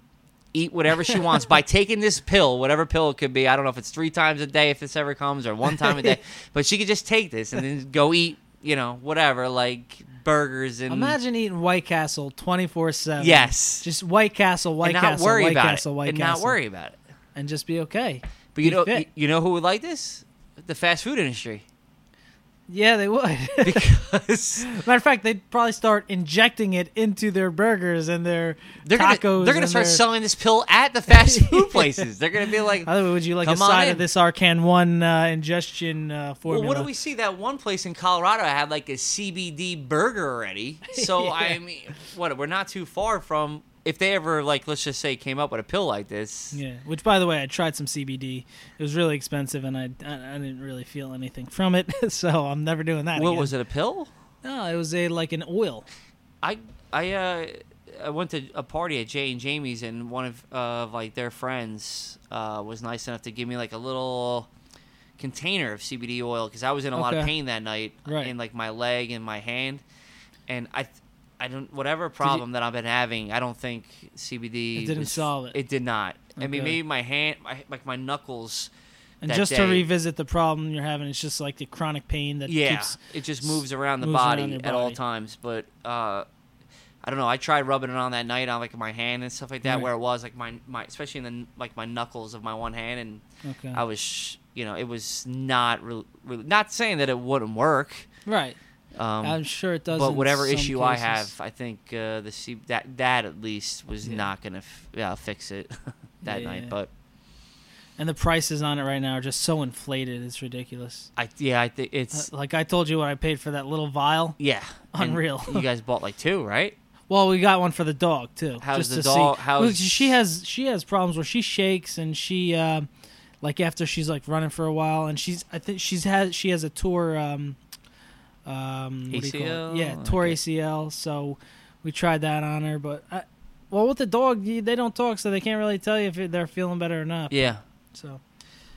C: eat whatever she wants by taking this pill, whatever pill it could be. I don't know if it's three times a day if this ever comes or one time a day, but she could just take this and then go eat, you know, whatever like burgers and
B: imagine eating white castle 24/7
C: yes,
B: just white castle white
C: and not
B: castle
C: worry
B: white
C: about
B: castle
C: it
B: white
C: and
B: castle
C: not worry about it.
B: and just be okay
C: But you
B: Be
C: know,
B: fit.
C: you know who would like this? The fast food industry
B: yeah they would
C: because.
B: Matter of fact, they'd probably start injecting it into their burgers and their
C: They're
B: tacos.
C: gonna they're gonna
B: and
C: start
B: their-
C: selling this pill at the fast food places. They're gonna be like,
B: By the way, would you like a
C: Come on
B: side
C: in.
B: of this Arcan One uh, ingestion uh,
C: well,
B: formula?
C: what do we see that one place in Colorado had like a CBD burger already? So I mean, what we're not too far from if they ever like let's just say came up with a pill like this.
B: Yeah. Which, by the way, I tried some CBD. It was really expensive, and I I, I didn't really feel anything from it, so I'm never doing that.
C: What
B: again.
C: was it? A pill?
B: No, it was a like an oil.
C: I I uh I went to a party at Jay and Jamie's and one of uh, of, like their friends uh was nice enough to give me like a little container of CBD oil because I was in a lot of
B: Okay.
C: pain that night
B: Right.
C: in like my leg and my hand, and I. th- I don't. Whatever problem that I've been having, I don't think CBD
B: It didn't solve it.
C: It did not. I mean,
B: Okay.
C: maybe my hand, my, like my knuckles.
B: And
C: that
B: just
C: day-
B: to revisit the problem you're having, it's just like the chronic pain that
C: yeah,
B: keeps.
C: it just moves around the
B: moves around
C: body,
B: your
C: at all
B: body.
C: times. But uh, I don't know. I tried rubbing it on that night on like my hand and stuff like that,
B: Right.
C: where it was like my my especially in the kn- like my knuckles of my one hand, and
B: Okay.
C: I was sh- you know it was not really, really not saying that it wouldn't work.
B: right.
C: Um,
B: I'm sure it does.
C: but
B: in
C: whatever
B: some
C: issue I
B: cases.
C: have, I think uh, the C- that that at least was not gonna f- yeah, fix it that
B: Yeah,
C: night.
B: yeah.
C: But
B: and the prices on it right now are just so inflated, it's ridiculous.
C: I yeah I think
B: Uh,
C: it's
B: like I told you what I paid for that little vial.
C: yeah and
B: unreal.
C: you guys bought like two, right?
B: Well, we got one for the dog too.
C: How's
B: just
C: the
B: to
C: dog-
B: See.
C: how's-
B: Well, she has she has problems where she shakes and she uh, like after she's like running for a while and she's I think she's has she has a tour um um what do you call
C: ACL?
B: it? Yeah, tour
C: Okay.
B: ACL. So we tried that on her, but I, well with the dog you- they don't talk so they can't really tell you if they're feeling better or not.
C: Yeah.
B: So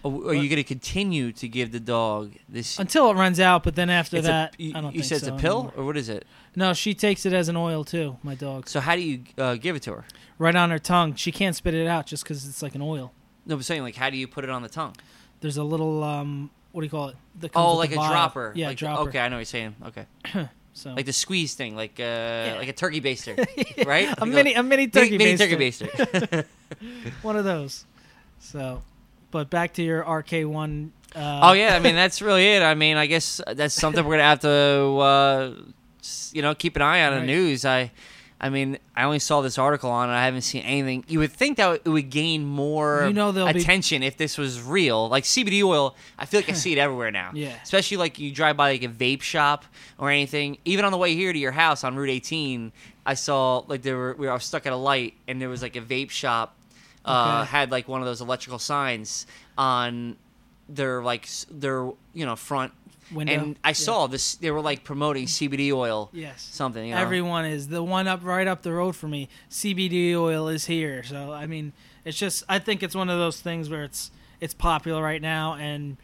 C: Oh, Are, are you going to continue to give the dog this?
B: until it runs out, but then after
C: it's a-
B: that
C: you,
B: I don't
C: you
B: think
C: said
B: so
C: it's a pill,
B: anymore.
C: or what is it?
B: No, she takes it as an oil too. My dog,
C: So how do you uh, give it to her?
B: right on her tongue. She can't spit it out just because it's like an oil.
C: No, I'm saying like how do you put it on the tongue?
B: there's a little um what do you call it? That comes
C: Oh,
B: with
C: like
B: the
C: a
B: vial.
C: dropper.
B: Yeah,
C: like,
B: dropper.
C: Okay, I know what you're saying. Okay.
B: So
C: like the squeeze thing, like uh,
B: Yeah.
C: like a turkey baster, right?
B: a mini a mini turkey
C: mini,
B: baster.
C: turkey baster.
B: One of those. So, but back to your RK one. Uh,
C: oh yeah, I mean that's really it. I mean, I guess that's something we're gonna have to, uh, s- you know, keep an eye on
B: Right.
C: the news. I, I mean, I only saw this article on, and I haven't seen anything. You would think that it would gain more
B: You know they'll be-
C: attention if this was real. Like CBD oil, I feel like I see it everywhere now.
B: Yeah.
C: especially like you drive by like a vape shop or anything. Even on the way here to your house on Route 18, I saw like there were we were stuck at a light, and there was like a vape shop. Uh,
B: Okay.
C: had like one of those electrical signs on their like s- their you know front
B: Window,
C: and i
B: yeah.
C: saw this they were like promoting cbd oil
B: Yes.
C: something you know?
B: Everyone is the one up right up the road for me. CBD oil is here, so I mean, it's just I think it's one of those things where it's it's popular right now, and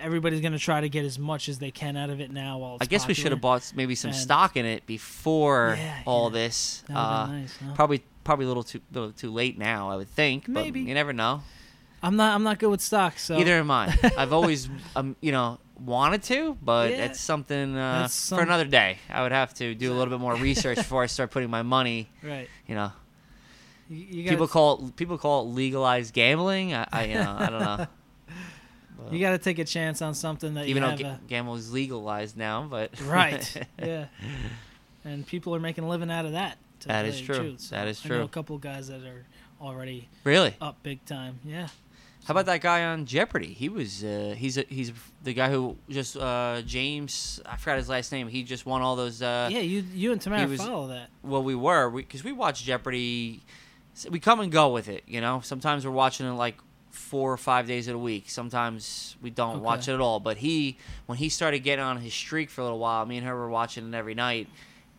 B: everybody's gonna try to get as much as they can out of it now. While it's
C: i guess we should
B: popular.
C: have bought s- maybe some
B: And-
C: stock in it before
B: Yeah,
C: all
B: yeah.
C: this
B: That would've
C: uh,
B: been nice, huh?
C: probably probably a little too little too late now i would think but
B: Maybe.
C: you never know
B: I'm not I'm not good with stocks, so
C: either am i i've always um, you know wanted to but
B: Yeah.
C: it's something uh,
B: That's some-
C: for another day i would have to do a little bit more research before i start putting my money
B: right.
C: you know
B: You, you gotta,
C: people call it, people call it legalized gambling. I, I you know I don't know.
B: you got to take a chance on something that
C: Even
B: you
C: though
B: have
C: ga- gamble is legalized now, but
B: a, right. yeah, and people are making a living out of that. To
C: That
B: tell
C: is
B: you
C: true.
B: the Truth. So
C: That is
B: I know
C: true.
B: a couple guys that are already
C: really.
B: up big time. Yeah.
C: How about that guy on Jeopardy? He was uh, he's a, he's the guy who just uh, James I forgot his last name. He just won all those. Uh,
B: yeah, you you and Tamara
C: was-
B: follow that.
C: Well, we were because we, watch Jeopardy. s- We come and go with it, you know. Sometimes we're watching it like four or five days of the week. Sometimes we don't watch
B: Okay.
C: it at all. But he, when he started getting on his streak for a little while, me and her were watching it every night,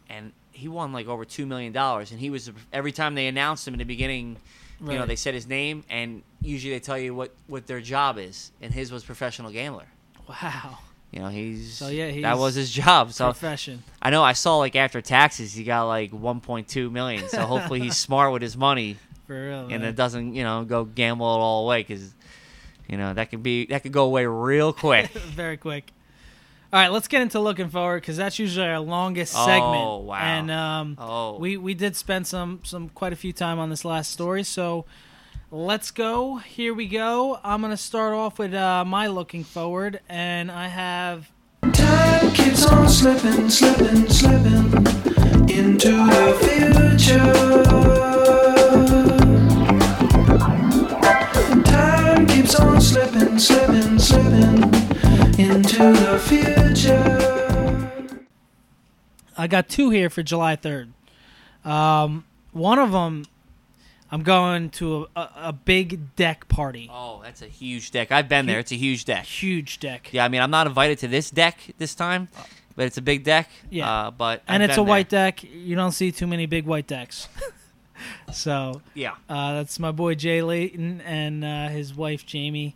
C: and he won like over two million dollars. And he was every time they announced him in the beginning. You know,
B: Right.
C: they said his name, and usually they tell you what, what their job is, and his was professional gambler.
B: Wow.
C: You know, he's
B: So, yeah,
C: that
B: he's
C: was his job. So
B: Profession.
C: I know I saw like after taxes he got like 1.2 million. So hopefully he's smart with his money
B: For real.
C: and
B: man.
C: it doesn't you know go gamble it all away because you know that could be that could go away real quick.
B: Very quick. All right, let's get into looking forward because that's usually our longest
C: Oh,
B: segment.
C: wow.
B: And um,
C: Oh.
B: we we did spend some some quite a few time on this last story, so let's go. Here we go. I'm gonna start off with uh, my looking forward, and I have
D: Time keeps on slipping, slipping, slipping into the future. Time keeps on slipping, slipping, slipping into the future.
B: I got two here for July 3rd. Um, one of them, I'm going to a, a, a big deck party,
C: Oh, that's a huge deck. I've been there. It's a huge deck.
B: huge deck.
C: Yeah, I mean I'm not invited to this deck this time, but it's a big deck.
B: Uh. Yeah.
C: uh, but
B: and
C: I've
B: it's a
C: been there.
B: white deck. You don't see too many big white decks. so
C: Yeah,
B: uh, that's my boy Jay Layton and uh, his wife Jamie.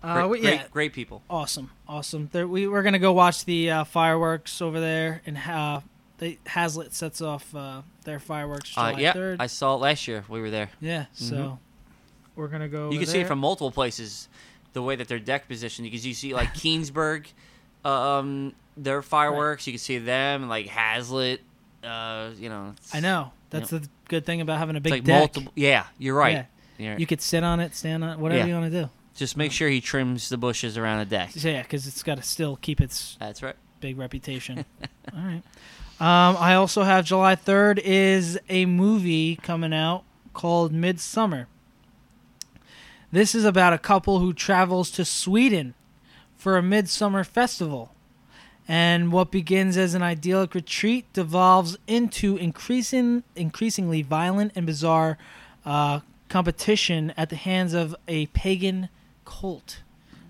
B: Uh,
C: great,
B: we- yeah,
C: great, great people.
B: awesome, awesome. There, we we're gonna go watch the uh, fireworks over there, and uh, they Hazlitt sets off uh, their fireworks July
C: Uh, yeah,
B: 3rd.
C: I saw it last year. We were there.
B: yeah, so we're gonna go.
C: you
B: over
C: can see it
B: there.
C: from multiple places the way that their deck position because you see like keensburg um their fireworks you can see them and, like hazlitt uh you know it's,
B: I know that's the good thing about having a
C: it's
B: big
C: like
B: deck.
C: multiple yeah you're right You're-
B: You could sit on it, stand on it, whatever
C: Yeah.
B: you want to do.
C: just make sure he trims the bushes around the deck
B: So, yeah, because it's got to still keep its
C: that's right
B: big reputation. All right. Um, I also have July 3rd is a movie coming out called Midsummer. This is about a couple who travels to Sweden for a midsummer festival. And what begins as an idyllic retreat devolves into increasing, increasingly violent and bizarre uh, competition at the hands of a pagan cult.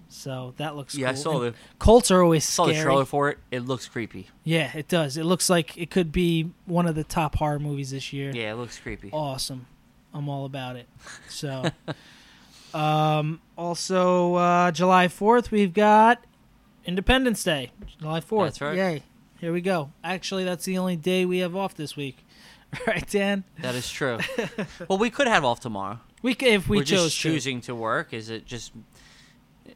B: So that looks
C: yeah i
B: cool.
C: saw
B: And
C: the
B: cults are always
C: saw
B: scary.
C: the trailer for it it looks creepy
B: Yeah, it does. It looks like it could be one of the top horror movies this year.
C: yeah it looks creepy
B: Oh. Awesome. I'm all about it. So, um, also, uh, July 4th, we've got Independence Day. July 4th.
C: That's right.
B: Yay. Here we go. Actually, that's the only day we have off this week. right, Dan?
C: that is true well we could have off tomorrow
B: We c- if we
C: are
B: chose
C: just choosing to work is it just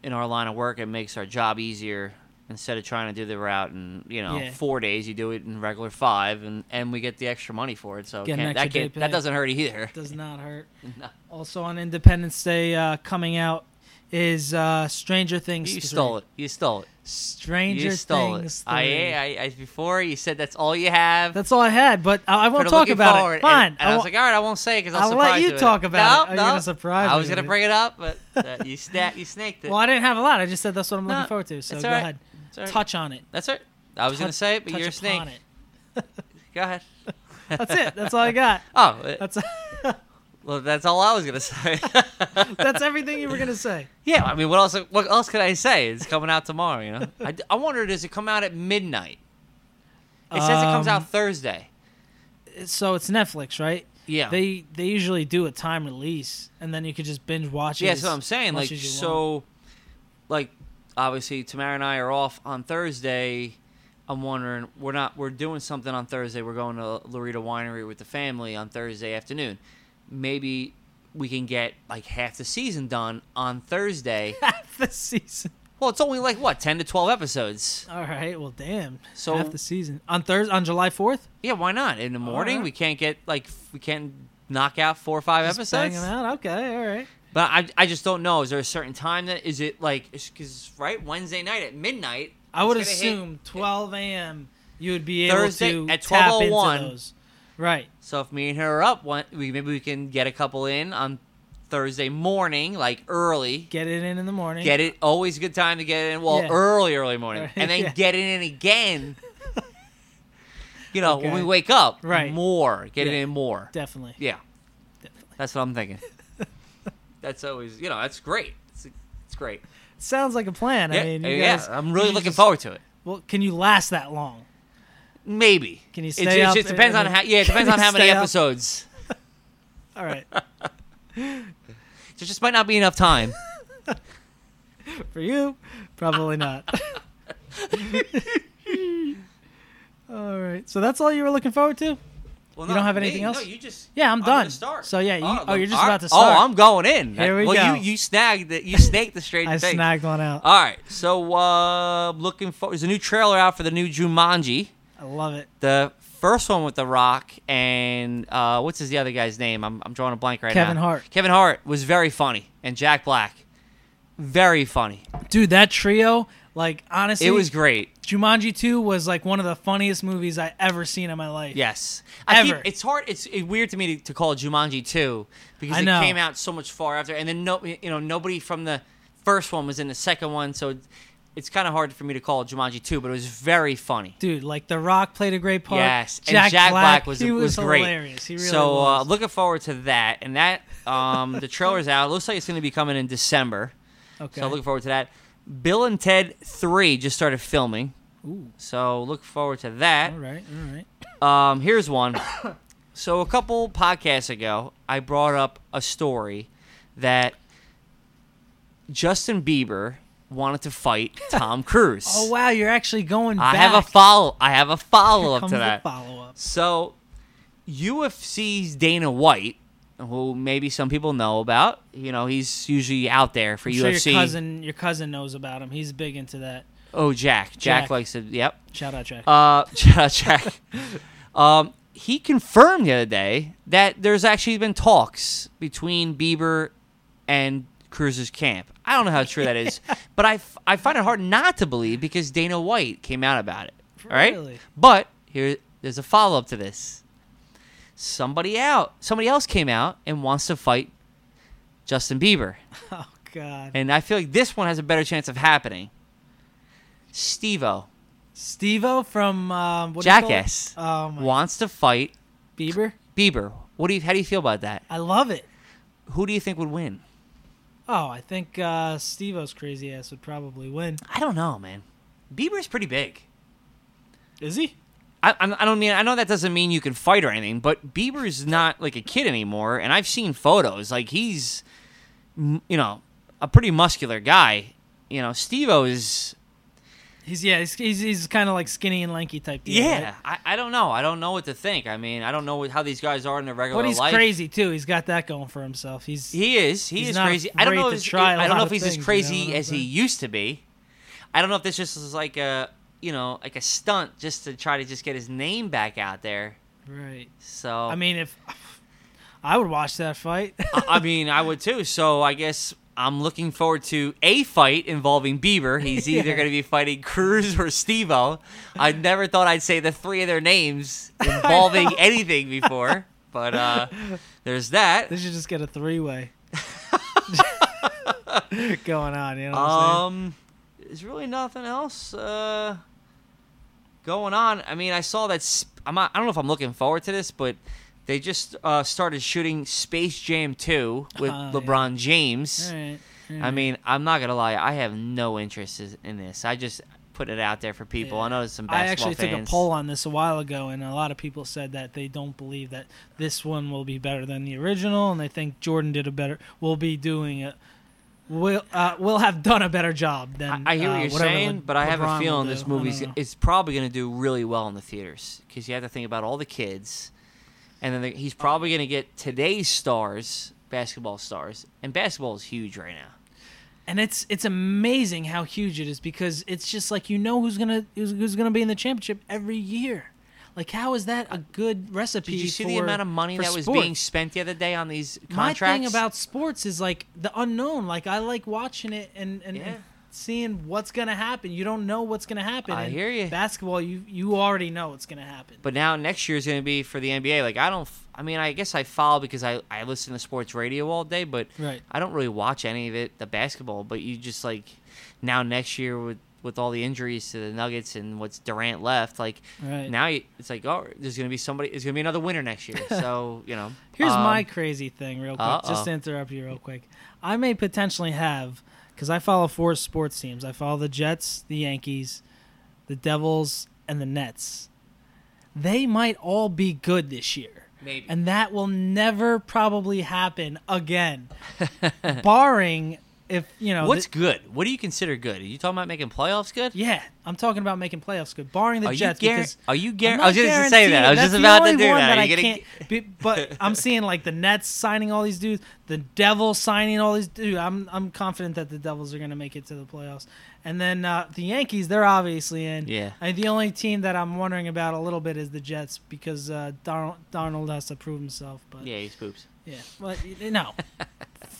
C: in our line of work it makes our job easier instead of trying to do the route in you know
B: Yeah.
C: four days, you do it in regular five, and and we get the extra money for it. So
B: Get an
C: can't,
B: extra
C: that
B: day
C: can't, that
B: pay.
C: doesn't hurt either.
B: Does not hurt.
C: No.
B: Also on Independence Day uh, coming out is uh, Stranger Things.
C: You
B: 3.
C: stole it. You stole it.
B: Stranger
C: you stole
B: Things.
C: it. I,
B: 3.
C: I, I before you said that's all you have.
B: That's all I had, but I, I
C: for
B: won't
C: the
B: talk
C: looking
B: about
C: forward.
B: it. Fine.
C: And, and I,
B: I
C: was
B: won't-
C: like, all right, I won't say because I'll,
B: I'll let
C: surprise
B: you
C: with
B: talk about
C: no,
B: it. Are you
C: no.
B: gonna surprise
C: I
B: me
C: was gonna
B: with it?
C: bring it up, but uh, you sna- you snaked it.
B: well, I didn't have a lot. I just said that's what I'm looking
C: No,
B: forward to. So
C: it's
B: go
C: all right.
B: ahead.
C: It's all right.
B: Touch on it.
C: That's it. I was gonna
B: Touch-
C: say it, but
B: touch
C: you're a snake.
B: upon it.
C: Go ahead.
B: That's it. That's all I got.
C: Oh, it-
B: That's
C: well, that's all I was gonna say.
B: that's everything you were gonna say.
C: yeah, I mean, what else? What else could I say? It's coming out tomorrow. You know, I, d- I wonder does it come out at midnight? It says it comes
B: Um,
C: out Thursday.
B: So it's Netflix, right?
C: Yeah.
B: They they usually do a time release, and then you could just binge watch it.
C: Yeah,
B: as
C: that's what I'm saying.
B: much
C: Like,
B: as you
C: so,
B: want.
C: like, obviously, Tamara and I are off on Thursday. I'm wondering, we're not, we're doing something on Thursday. We're going to Lorita Winery with the family on Thursday afternoon. Maybe we can get like half the season done on Thursday.
B: half the season.
C: well, it's only like what, 10 to 12 episodes.
B: All right. Well, damn.
C: So-
B: half the season on Thursday on July fourth.
C: Yeah, why not? In the morning,
B: right.
C: we can't get like, f- we can't knock out four or five
B: Just
C: episodes.
B: banging out. Okay. All right.
C: But I, I just don't know. Is there a certain time that is it like because right Wednesday night at midnight?
B: I would
C: it's gonna hit-
B: assume 12 a.m. You would be able
C: Thursday
B: to
C: at
B: tap into
C: 12:01.
B: those. Right.
C: So if me and her are up, one we maybe we can get a couple in on Thursday morning, like early.
B: Get it in in the morning.
C: Get it always a good time to get it in. Well,
B: Yeah.
C: early, early morning,
B: Right,
C: and then
B: yeah.
C: get it in again. you know, when
B: Okay.
C: we wake up,
B: Right.
C: More, get it
B: Yeah.
C: in more.
B: Definitely.
C: yeah, that's what I'm thinking. that's always you know that's great. It's, it's great.
B: Sounds like a plan.
C: yeah,
B: I mean, you
C: yeah,
B: guys-
C: I'm really
B: you
C: looking
B: just-
C: forward to it.
B: Well, can you last that long?
C: Maybe.
B: Can you
C: It's-
B: stay
C: it's-
B: up
C: It depends
B: and-
C: on how. Yeah, it depends
B: Can
C: on
B: you
C: how many
B: stay up?
C: episodes.
B: All right.
C: There just might not be enough time.
B: For you, probably not. all right. So that's all you were looking forward to?
C: Well,
B: You don't have anything else?
C: No, you just.
B: Yeah, I'm
C: I'm gonna
B: done.
C: start.
B: So yeah, you, oh,
C: look,
B: you're just
C: I-
B: about to start.
C: Oh, I'm going in.
B: Here we
C: well,
B: go.
C: you you snagged it. You snaked the straight
B: I
C: thing.
B: snagged one out.
C: All right. So uh, looking for there's a new trailer out for the new Jumanji.
B: I love it.
C: The first one with The Rock and uh, what's his the other guy's name? I'm I'm drawing a blank right
B: Kevin
C: now.
B: Hart.
C: Kevin Hart was very funny and Jack Black, very funny.
B: Dude, that trio, like honestly,
C: It was great.
B: Jumanji 2 was like one of the funniest movies I ever seen in my life.
C: Yes. I keep-
B: Ever.
C: it's hard. It's it, weird to me to, to call it Jumanji two because
B: I
C: it
B: know.
C: came out so much far after, and then no, you know, nobody from the first one was in the second one, so it's, it's kind of hard for me to call it Jumanji two, but it was very funny.
B: Dude, like The Rock played a great part.
C: Yes,
B: Jack,
C: and Jack Black, was
B: he was,
C: great.
B: hilarious. He really
C: so
B: was.
C: Uh, looking forward to that, and that um, the trailer's out. It looks like it's going to be coming in December.
B: okay.
C: So looking forward to that. Bill and Ted three just started filming,
B: Ooh,
C: so look forward to that.
B: all right, all right.
C: Um, here's one. so a couple podcasts ago, I brought up a story that Justin Bieber wanted to fight Tom Cruise.
B: Oh wow, you're actually going
C: I
B: back.
C: have a follow. I have a follow up
B: Comes
C: to
B: the
C: that.
B: follow-up.
C: So, UFC's Dana White, who maybe some people know about, you know, he's usually out there for
B: I'm sure
C: UFC.
B: your cousin, your cousin knows about him. He's big into that.
C: oh, Jack. Jack.
B: Jack.
C: likes to. Yep.
B: Shout out, Jack.
C: Uh, Jack. um, he confirmed the other day that there's actually been talks between Bieber and Cruz's camp. I don't know how true that is, but I, f- I find it hard not to believe because Dana White came out about it. All right,
B: Really?
C: but here there's a follow up to this. Somebody out, somebody else came out and wants to fight Justin Bieber,
B: oh God,
C: and I feel like this one has a better chance of happening. Steve-O
B: Stevo from um, what do you call it?
C: Jackass
B: Oh my,
C: wants to fight
B: Bieber.
C: Bieber. What do you? How do you feel about that?
B: I love it.
C: Who do you think would win?
B: Oh, I think uh, Stevo's crazy ass would probably win.
C: I don't know, man. Bieber's pretty big.
B: Is he?
C: I, I'm- I don't mean I know that doesn't mean you can fight or anything, but Bieber's not like a kid anymore. And I've seen photos like he's, m- you know, a pretty muscular guy. You know, Steve-O is.
B: He's yeah. He's he's, he's kind of like skinny and lanky type. Deal,
C: Yeah,
B: right?
C: I, I don't know. I don't know what to think. I mean, I don't know what, how these guys are in their regular
B: But he's
C: life.
B: crazy too. He's got that going for himself. He's
C: He is. He
B: He's
C: is
B: not
C: crazy. I don't
B: afraid
C: know.
B: to
C: If,
B: try a
C: I don't
B: lot
C: know
B: of
C: if he's
B: things, you
C: as
B: know
C: crazy
B: what I'm
C: as he
B: saying?
C: used to be. I don't know if this just is like a you know like a stunt just to try to just get his name back out there.
B: Right.
C: So
B: I mean, if I would watch that fight,
C: Oh. I, I mean, I would too. So I guess I'm looking forward to a fight involving Bieber. He's either
B: Yeah.
C: going to be fighting Cruz or Stevo. I never thought I'd say the three of their names involving anything before, but uh, there's that.
B: they should just get a three way going on. You know what I'm saying?
C: Um, there's really nothing else uh, going on. I mean, I saw that. Sp- I'm not, I don't know if I'm looking forward to this, but they just uh, started shooting Space Jam 2 with
B: Oh, yeah.
C: LeBron James.
B: All right.
C: Um, I mean, I'm not gonna lie. I have no interest is- in this. I just put it out there for people. I know there's some
B: I
C: basketball
B: actually
C: fans.
B: took a poll on this a while ago, and a lot of people said that they don't believe that this one will be better than the original, and they think Jordan did a better, will be doing it, will uh, will have done a better job than.
C: I, I hear
B: uh,
C: what you're
B: whatever
C: saying,
B: Le-
C: but I have
B: LeBron
C: a
B: will
C: feeling
B: do.
C: this
B: I don't
C: movie's
B: know.
C: it's probably gonna do really well in the theaters because you have to think about all the kids, and then the, he's probably gonna get today's stars, basketball stars, and basketball is huge right now.
B: and it's it's amazing how huge it is because it's just like you know who's gonna who's, who's gonna be in the championship every year. Like, how is that a good recipe?
C: Did you see the
B: for-
C: amount of money
B: for
C: that was
B: sports?
C: being spent the other day on these
B: my
C: contracts?
B: thing about sports is like the unknown. Like I like watching it and and,
C: Yeah.
B: and seeing what's gonna happen. You don't know what's gonna happen.
C: I
B: In
C: hear ya.
B: Basketball, you you already know what's gonna happen.
C: But now next year is going to be for the NBA. Like I don't. f- I mean, I guess I follow because I I listen to sports radio all day, but
B: Right.
C: I don't really watch any of it, the basketball. But you just like now next year with with all the injuries to the Nuggets and what's Durant left, like
B: Right.
C: now you, it's like oh, there's going to be somebody. There's going to be another winner next year. So you know.
B: Here's
C: um,
B: my crazy thing, real quick. Just to
C: uh-oh.
B: interrupt you, real quick. I may potentially have because I follow four sports teams. I follow the Jets, the Yankees, the Devils, and the Nets. They might all be good this year.
C: Maybe.
B: And that will never probably happen again. Barring if, you know,
C: What's
B: the-
C: good? What do you consider good? Are you talking about making playoffs good?
B: yeah, I'm talking about making playoffs good. Barring the
C: Are you
B: Jets
C: guar-
B: because
C: are you
B: I'm
C: guar-
B: not
C: I was just to say that. I was just
B: guaranteeing it. That's the
C: about to
B: only
C: do
B: one
C: that.
B: I
C: Are you gonna-
B: can't, be- but I'm seeing like the Nets signing all these dudes, the Devils signing all these dude. I'm I'm confident that the Devils are going to make it to the playoffs, and then uh, the Yankees. They're obviously in.
C: Yeah.
B: I, the only team that I'm wondering about a little bit is the Jets because uh, Darnold, Darnold has to prove himself. But
C: Yeah, he's poops.
B: yeah. But y- no.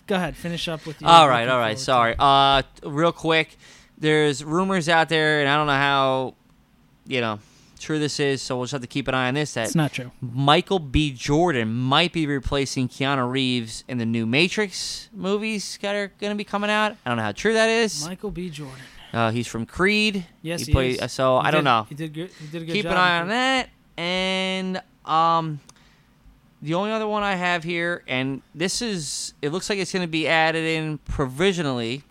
B: Go ahead. Finish up with you.
C: all right, all right. Sorry. Uh, t- real quick, there's rumors out there, and I don't know how, you know, true this is. So we'll just have to keep an eye on this. That
B: It's not true.
C: Michael B. Jordan might be replacing Keanu Reeves in the new Matrix movies that are going to be coming out. I don't know how true that is.
B: Michael B. Jordan.
C: Uh, he's from Creed.
B: Yes, he,
C: play- uh,
B: is.
C: So
B: He
C: Oh, I don't
B: did-
C: know
B: He did good. He did a good
C: keep
B: job.
C: an eye on that. And um, the only other one I have here, and this is, it looks like it's going to be added in provisionally,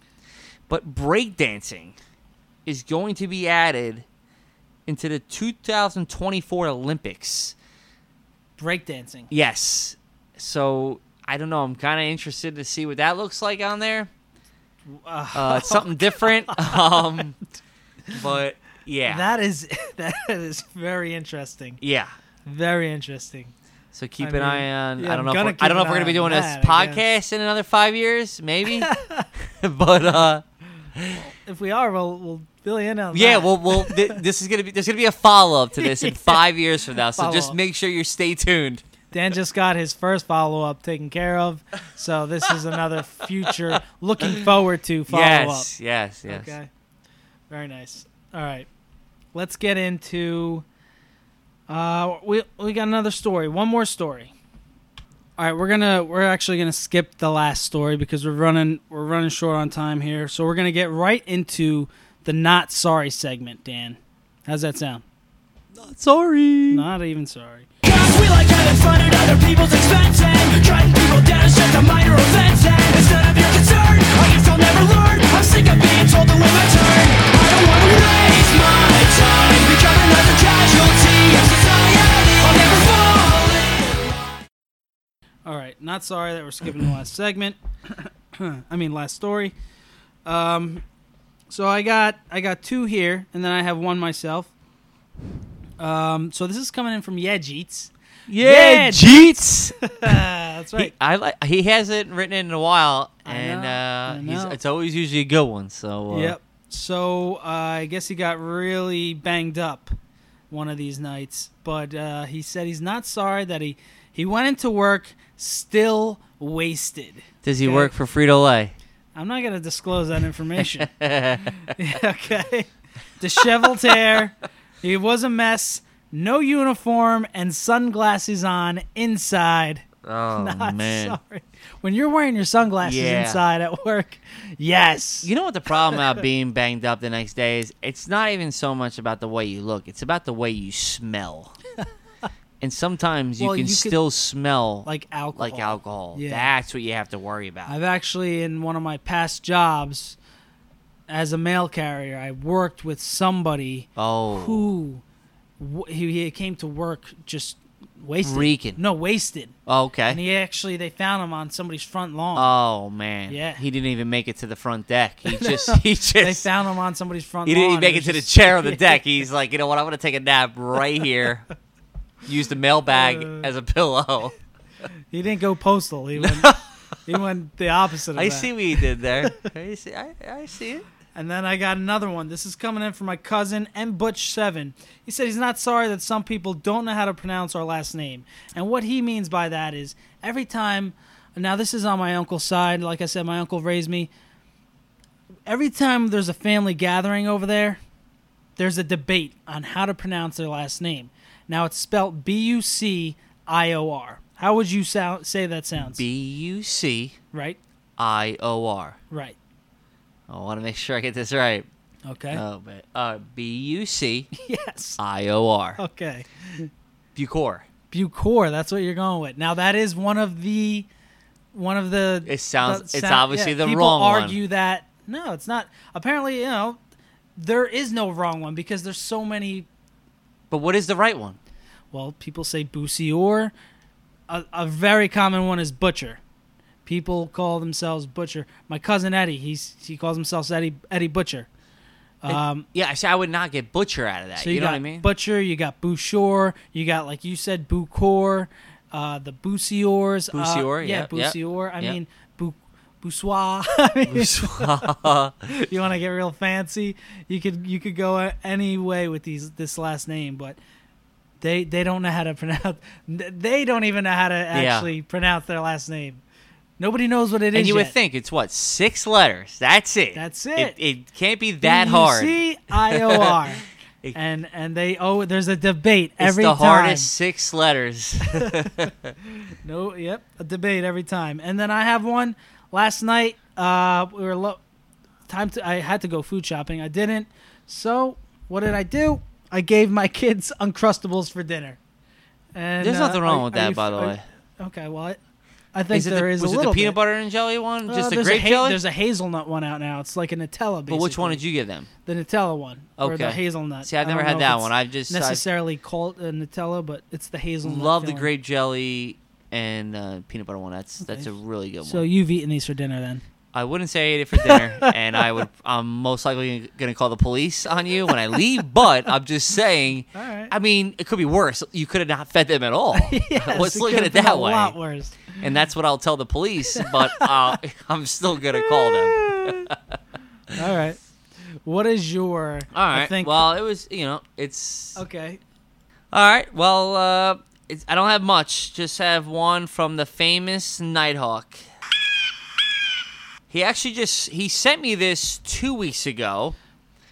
C: but breakdancing is going to be added into the 2024 Olympics.
B: Breakdancing.
C: Yes. So I don't know. I'm kind of interested to see what that looks like on there. Uh, it's something different. Um, but yeah.
B: That is that is very interesting.
C: yeah.
B: Very interesting.
C: So keep
B: I
C: an eye
B: mean,
C: on.
B: yeah,
C: I don't
B: I'm
C: know. If
B: gonna
C: we're, I
B: keep
C: don't know
B: an
C: if we're gonna
B: eye
C: be
B: on
C: doing
B: that,
C: this
B: I
C: podcast in another five years, maybe. but uh,
B: If we are, we'll we'll fill you in on
C: yeah,
B: that.
C: well, well, th- this is gonna be there's gonna be a follow up to this in five years from now. So just
B: Follow-up.
C: make sure you stay tuned.
B: Dan just got his first follow up taken care of, so this is another future looking forward to follow
C: yes, yes,
B: up.
C: yes.
B: Okay, very nice. All right, let's get into. Uh, we we got another story. One more story. All right, we're gonna we're actually gonna skip the last story because we're running we're running short on time here. So we're gonna get right into the not sorry segment. Dan, how's that sound?
C: Sorry.
B: Not even sorry.
E: Cause we like having fun at other people's expense and Treading people down is just a minor offense and It's none of your concern, I guess I'll never learn I'm sick of being told to live my turn I don't wanna waste my time Become another casualty of society I'll never fall
B: All right, not sorry that we're skipping the last segment. I mean, last story. Um, so I got I got two here, and then I have one myself. Um, so this is coming in from Yejeets.
C: Yeah,
B: Yeah,
C: Jeets.
B: That's
C: He,
B: right.
C: I like. He hasn't written it in a while,
B: I
C: and
B: know, I
C: uh, he's,
B: know.
C: it's always usually a good one. So uh,
B: Yep. So uh, I guess he got really banged up one of these nights, but uh, he said he's not sorry that he he went into work still wasted.
C: Does he
B: Okay.
C: work for Frito Lay?
B: I'm not going to disclose that information. okay. Disheveled hair. He was a mess. No uniform and sunglasses on inside.
C: Oh
B: Not
C: man.
B: sorry. When you're wearing your sunglasses
C: Yeah.
B: inside at work, yes.
C: You know what the problem about being banged up the next day is? It's not even so much about the way you look; it's about the way you smell. and sometimes you
B: Well,
C: can
B: you could-
C: still smell
B: like alcohol.
C: like alcohol.
B: Yeah.
C: That's what you have to worry about.
B: I've actually, in one of my past jobs as a mail carrier, I worked with somebody
C: oh,
B: who w- he, he came to work just wasted.
C: Reeking.
B: No, wasted.
C: Oh, okay.
B: And he actually, they found him on somebody's front lawn.
C: oh man,
B: Yeah.
C: He didn't even make it to the front deck. He just, he just,
B: they found him on somebody's front
C: he
B: lawn.
C: didn't even make it
B: was
C: to the
B: just-
C: chair on the deck. He's like, you know what? I'm gonna take a nap right here. Use the mailbag
B: Uh.
C: as a pillow.
B: He didn't go postal. He went, he went the opposite of
C: I
B: that.
C: see what you did there. I see. I, I see it.
B: And then I got another one. This is coming in from my cousin M. Butch Seven. He said he's not sorry that some people don't know how to pronounce our last name. And what he means by that is every time. Now this is on my uncle's side. Like I said, my uncle raised me. Every time there's a family gathering over there, there's a debate on how to pronounce their last name. Now it's spelled B U C I O R. How would you sound, say that sounds?
C: B U C
B: right,
C: I O R. Oh,
B: right,
C: I want to make sure I get this right.
B: okay,
C: Oh, but uh, B U C
B: yes,
C: I O R.
B: okay.
C: Bucor.
B: Bucor. That's what you're going with. Now that is one of the one of the.
C: It sounds-
B: the
C: it's
B: sound-
C: obviously the
B: people
C: wrong one.
B: argue that no, it's not. Apparently, you know, there is no wrong one because there's so many.
C: But what is the right one?
B: Well, people say Busior. A, a very common one is butcher. People call themselves butcher. My cousin Eddie, he's he calls himself Eddie Eddie Butcher. Um,
C: Yeah, I see, I would not get butcher out of that.
B: so
C: you,
B: you,
C: know
B: got
C: what I mean?
B: Butcher, you got Bouchor, you got like you said Bucor, uh, the Boussiors. uh,
C: Boussior, yeah,
B: yeah,
C: yeah,
B: Boussior. I
C: yeah.
B: mean Bou Boussois. I mean, if you want to get real fancy, you could you could go a- any way with these this last name, but they they don't know how to pronounce. They don't even know how to actually pronounce their last name. Nobody knows what it is.
C: and you would
B: yet.
C: think it's what six letters. That's it.
B: That's
C: It,
B: it.
C: it can't be that hard.
B: C I O R.
C: It-
B: And and they oh there's a debate
C: It's
B: every
C: the
B: time.
C: hardest six letters.
B: No, yep, a debate every time. And then I have one last night. Uh, we were low. Time to I had to go food shopping. I didn't. So what did I do? I gave my kids Uncrustables for dinner. And
C: There's
B: uh,
C: nothing wrong
B: are-
C: with
B: are
C: that,
B: you-
C: by the
B: are-
C: way.
B: Okay, well, I, I think
C: Is it the,
B: there is
C: was it
B: a
C: the
B: little
C: peanut
B: bit.
C: butter and jelly one?
B: Uh,
C: Just the
B: there's
C: grape
B: a ha-
C: jelly?
B: There's a hazelnut one out now. It's like a Nutella. Basically.
C: but which one did you get them?
B: The Nutella one. Or the
C: Okay.
B: hazelnut.
C: See, I've
B: I
C: never
B: don't
C: had
B: know if
C: that
B: it's
C: one. I've just- I've-
B: necessarily called a Nutella, but it's the hazelnut.
C: Love the
B: filling.
C: grape jelly and uh, peanut butter one. That's that's a really good
B: So
C: one.
B: you've eaten these for dinner then?
C: I wouldn't say I ate it for dinner, and I would. I'm most likely gonna call the police on you when I leave. But I'm just saying.
B: All right.
C: I mean, it could be worse. You could have not fed them at all.
B: Yes,
C: Let's
B: it
C: look
B: could
C: at it
B: have been
C: that
B: a
C: way.
B: lot worse.
C: And that's what I'll tell the police. But uh, I'm still gonna call them.
B: All right. What is your?
C: All
B: I
C: right.
B: think,
C: well, it was. You know, it's.
B: Okay.
C: All right. Well, uh, it's, I don't have much. Just have one from the famous Nighthawk. He actually just he sent me this two weeks ago.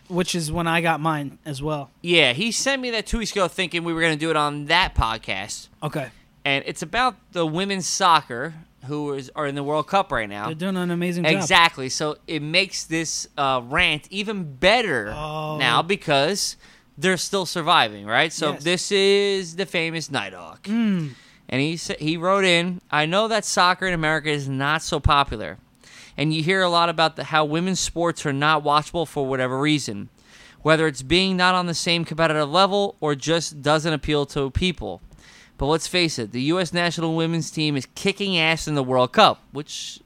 B: Which is when I got mine as well.
C: Yeah, he sent me that two weeks ago, thinking we were gonna do it on that podcast,
B: Okay.
C: and it's about the women's soccer who is are in the World Cup right now.
B: They're doing an amazing job.
C: Exactly. So it makes this uh, rant even better
B: Oh.
C: now because they're still surviving, right? So
B: Yes. Mm.
C: this is the famous Nighthawk. And he sa- he wrote in, I know that soccer in America is not so popular. And you hear a lot about the, how women's sports are not watchable for whatever reason, whether it's being not on the same competitive level or just doesn't appeal to people. But let's face it, the U.S. national women's team is kicking ass in the World Cup, which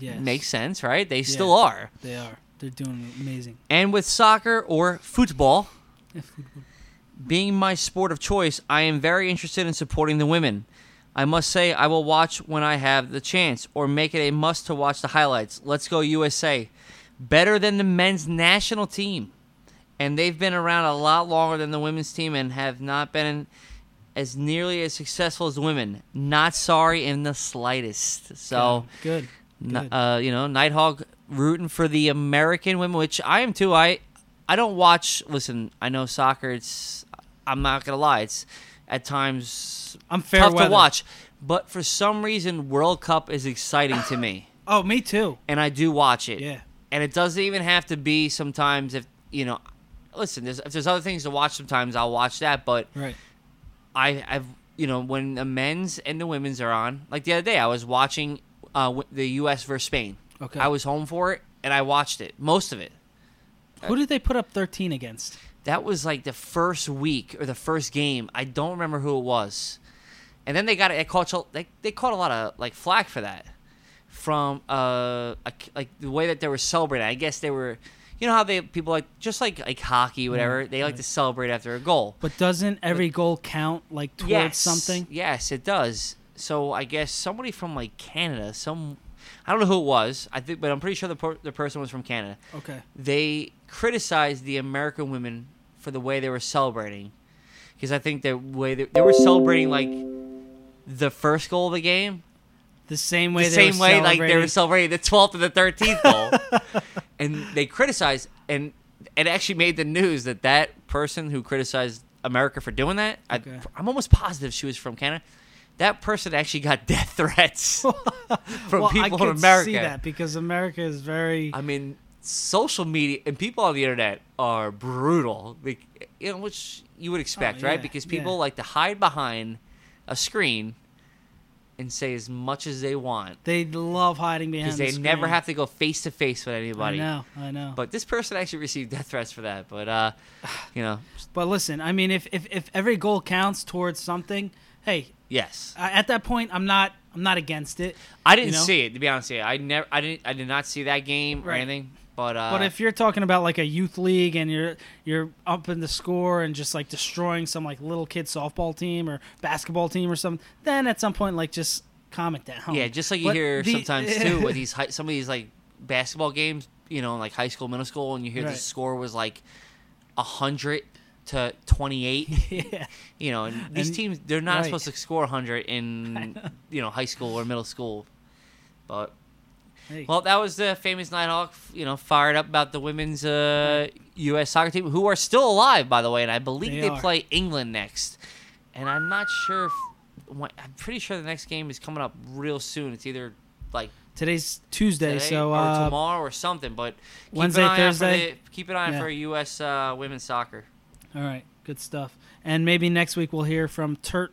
B: Yes.
C: makes sense, right? They still are.
B: They are. They're doing amazing.
C: And with soccer or football being my sport of choice, I am very interested in supporting the women. I must say, I will watch when I have the chance or make it a must to watch the highlights. Let's go USA. better than the men's national team. And they've been around a lot longer than the women's team and have not been as nearly as successful as the women. Not sorry in the slightest. So,
B: Good.
C: n-
B: good.
C: uh, you know, Nighthawk rooting for the American women, which I am too. I I don't watch. Listen, I know soccer. It's I'm not gonna lie. It's at times
B: I'm fair
C: tough
B: weather.
C: to watch, but for some reason, World Cup is exciting to me,
B: oh, me too.
C: and I do watch it.
B: Yeah.
C: and it doesn't even have to be sometimes if you know. Listen, there's, if there's other things to watch, sometimes I'll watch that. But
B: Right.
C: I, I've you know when the men's and the women's are on. Like the other day, I was watching uh, w- the U.S. versus Spain.
B: Okay.
C: I was home for it and I watched it, most of it. uh,
B: Who did they put up 13 against?
C: That was like the first week or the first game. I don't remember who it was. And then they got it. Caught, they, they caught a lot of like flack for that from uh a k- like the way that they were celebrating. I guess they were, you know how they people like just like like hockey whatever. They like to celebrate after a goal.
B: But doesn't every goal count like towards something?
C: Yes, it does. So I guess somebody from like Canada, some I don't know who it was. I think, but I'm pretty sure the per- the person was from Canada.
B: Okay.
C: They criticized the American women for the way they were celebrating, because I think the way they, they were celebrating like the first goal of the game,
B: The same way
C: the
B: they
C: same
B: were
C: way like they were
B: celebrating-
C: celebrating the 12th and the 13th goal and they criticized and it actually made the news that that person who criticized america for doing that
B: Okay.
C: I, i'm almost positive she was from canada that person actually got death threats from
B: well, I
C: people
B: could
C: in america
B: see that because America is very
C: i mean social media and people on the internet are brutal like, you know which you would expect right
B: Oh, yeah,
C: because
B: yeah.
C: people like to hide behind a screen and say as much as they want
B: they love hiding behind
C: because
B: the
C: they never
B: screen.
C: have to go face to face with
B: I
C: anybody.
B: know, I know.
C: But this person actually received death threats for that. But uh, you know,
B: But listen, I mean, if, if if every goal counts towards something, hey,
C: yes,
B: I- at that point, I'm not I'm not against it.
C: I didn't
B: Uh, you know?
C: see it to be honest. With you. I never, I didn't, I did not see that game or
B: Right.
C: anything. But uh,
B: But if you're talking about like a youth league and you're you're up in the score and just like destroying some like little kid softball team or basketball team or something, then at some point like just calm it down.
C: yeah, just like you
B: But
C: hear
B: the-
C: sometimes too with these high, some of these like basketball games, you know, like high school, middle school, and you hear the
B: Right.
C: score was like a hundred to twenty eight.
B: yeah,
C: You know, and these
B: And-
C: teams they're not
B: right.
C: supposed to score 100 in you know high school or middle school, but
B: hey,
C: Well, that was the famous Nighthawk, you know, fired up about the women's uh, U.S. soccer team, who are still alive, by the way, and I believe
B: They
C: they,
B: are.
C: play England next. And I'm not sure if. wh- I'm pretty sure the next game is coming up real soon. It's either like
B: today's Tuesday,
C: today
B: so
C: or
B: uh,
C: tomorrow or something, but keep
B: Wednesday,
C: an eye out
B: Thursday?
C: For the, keep an eye
B: Yeah.
C: out for U.S. Uh, women's soccer.
B: all right, good stuff. And maybe next week we'll hear from Turt.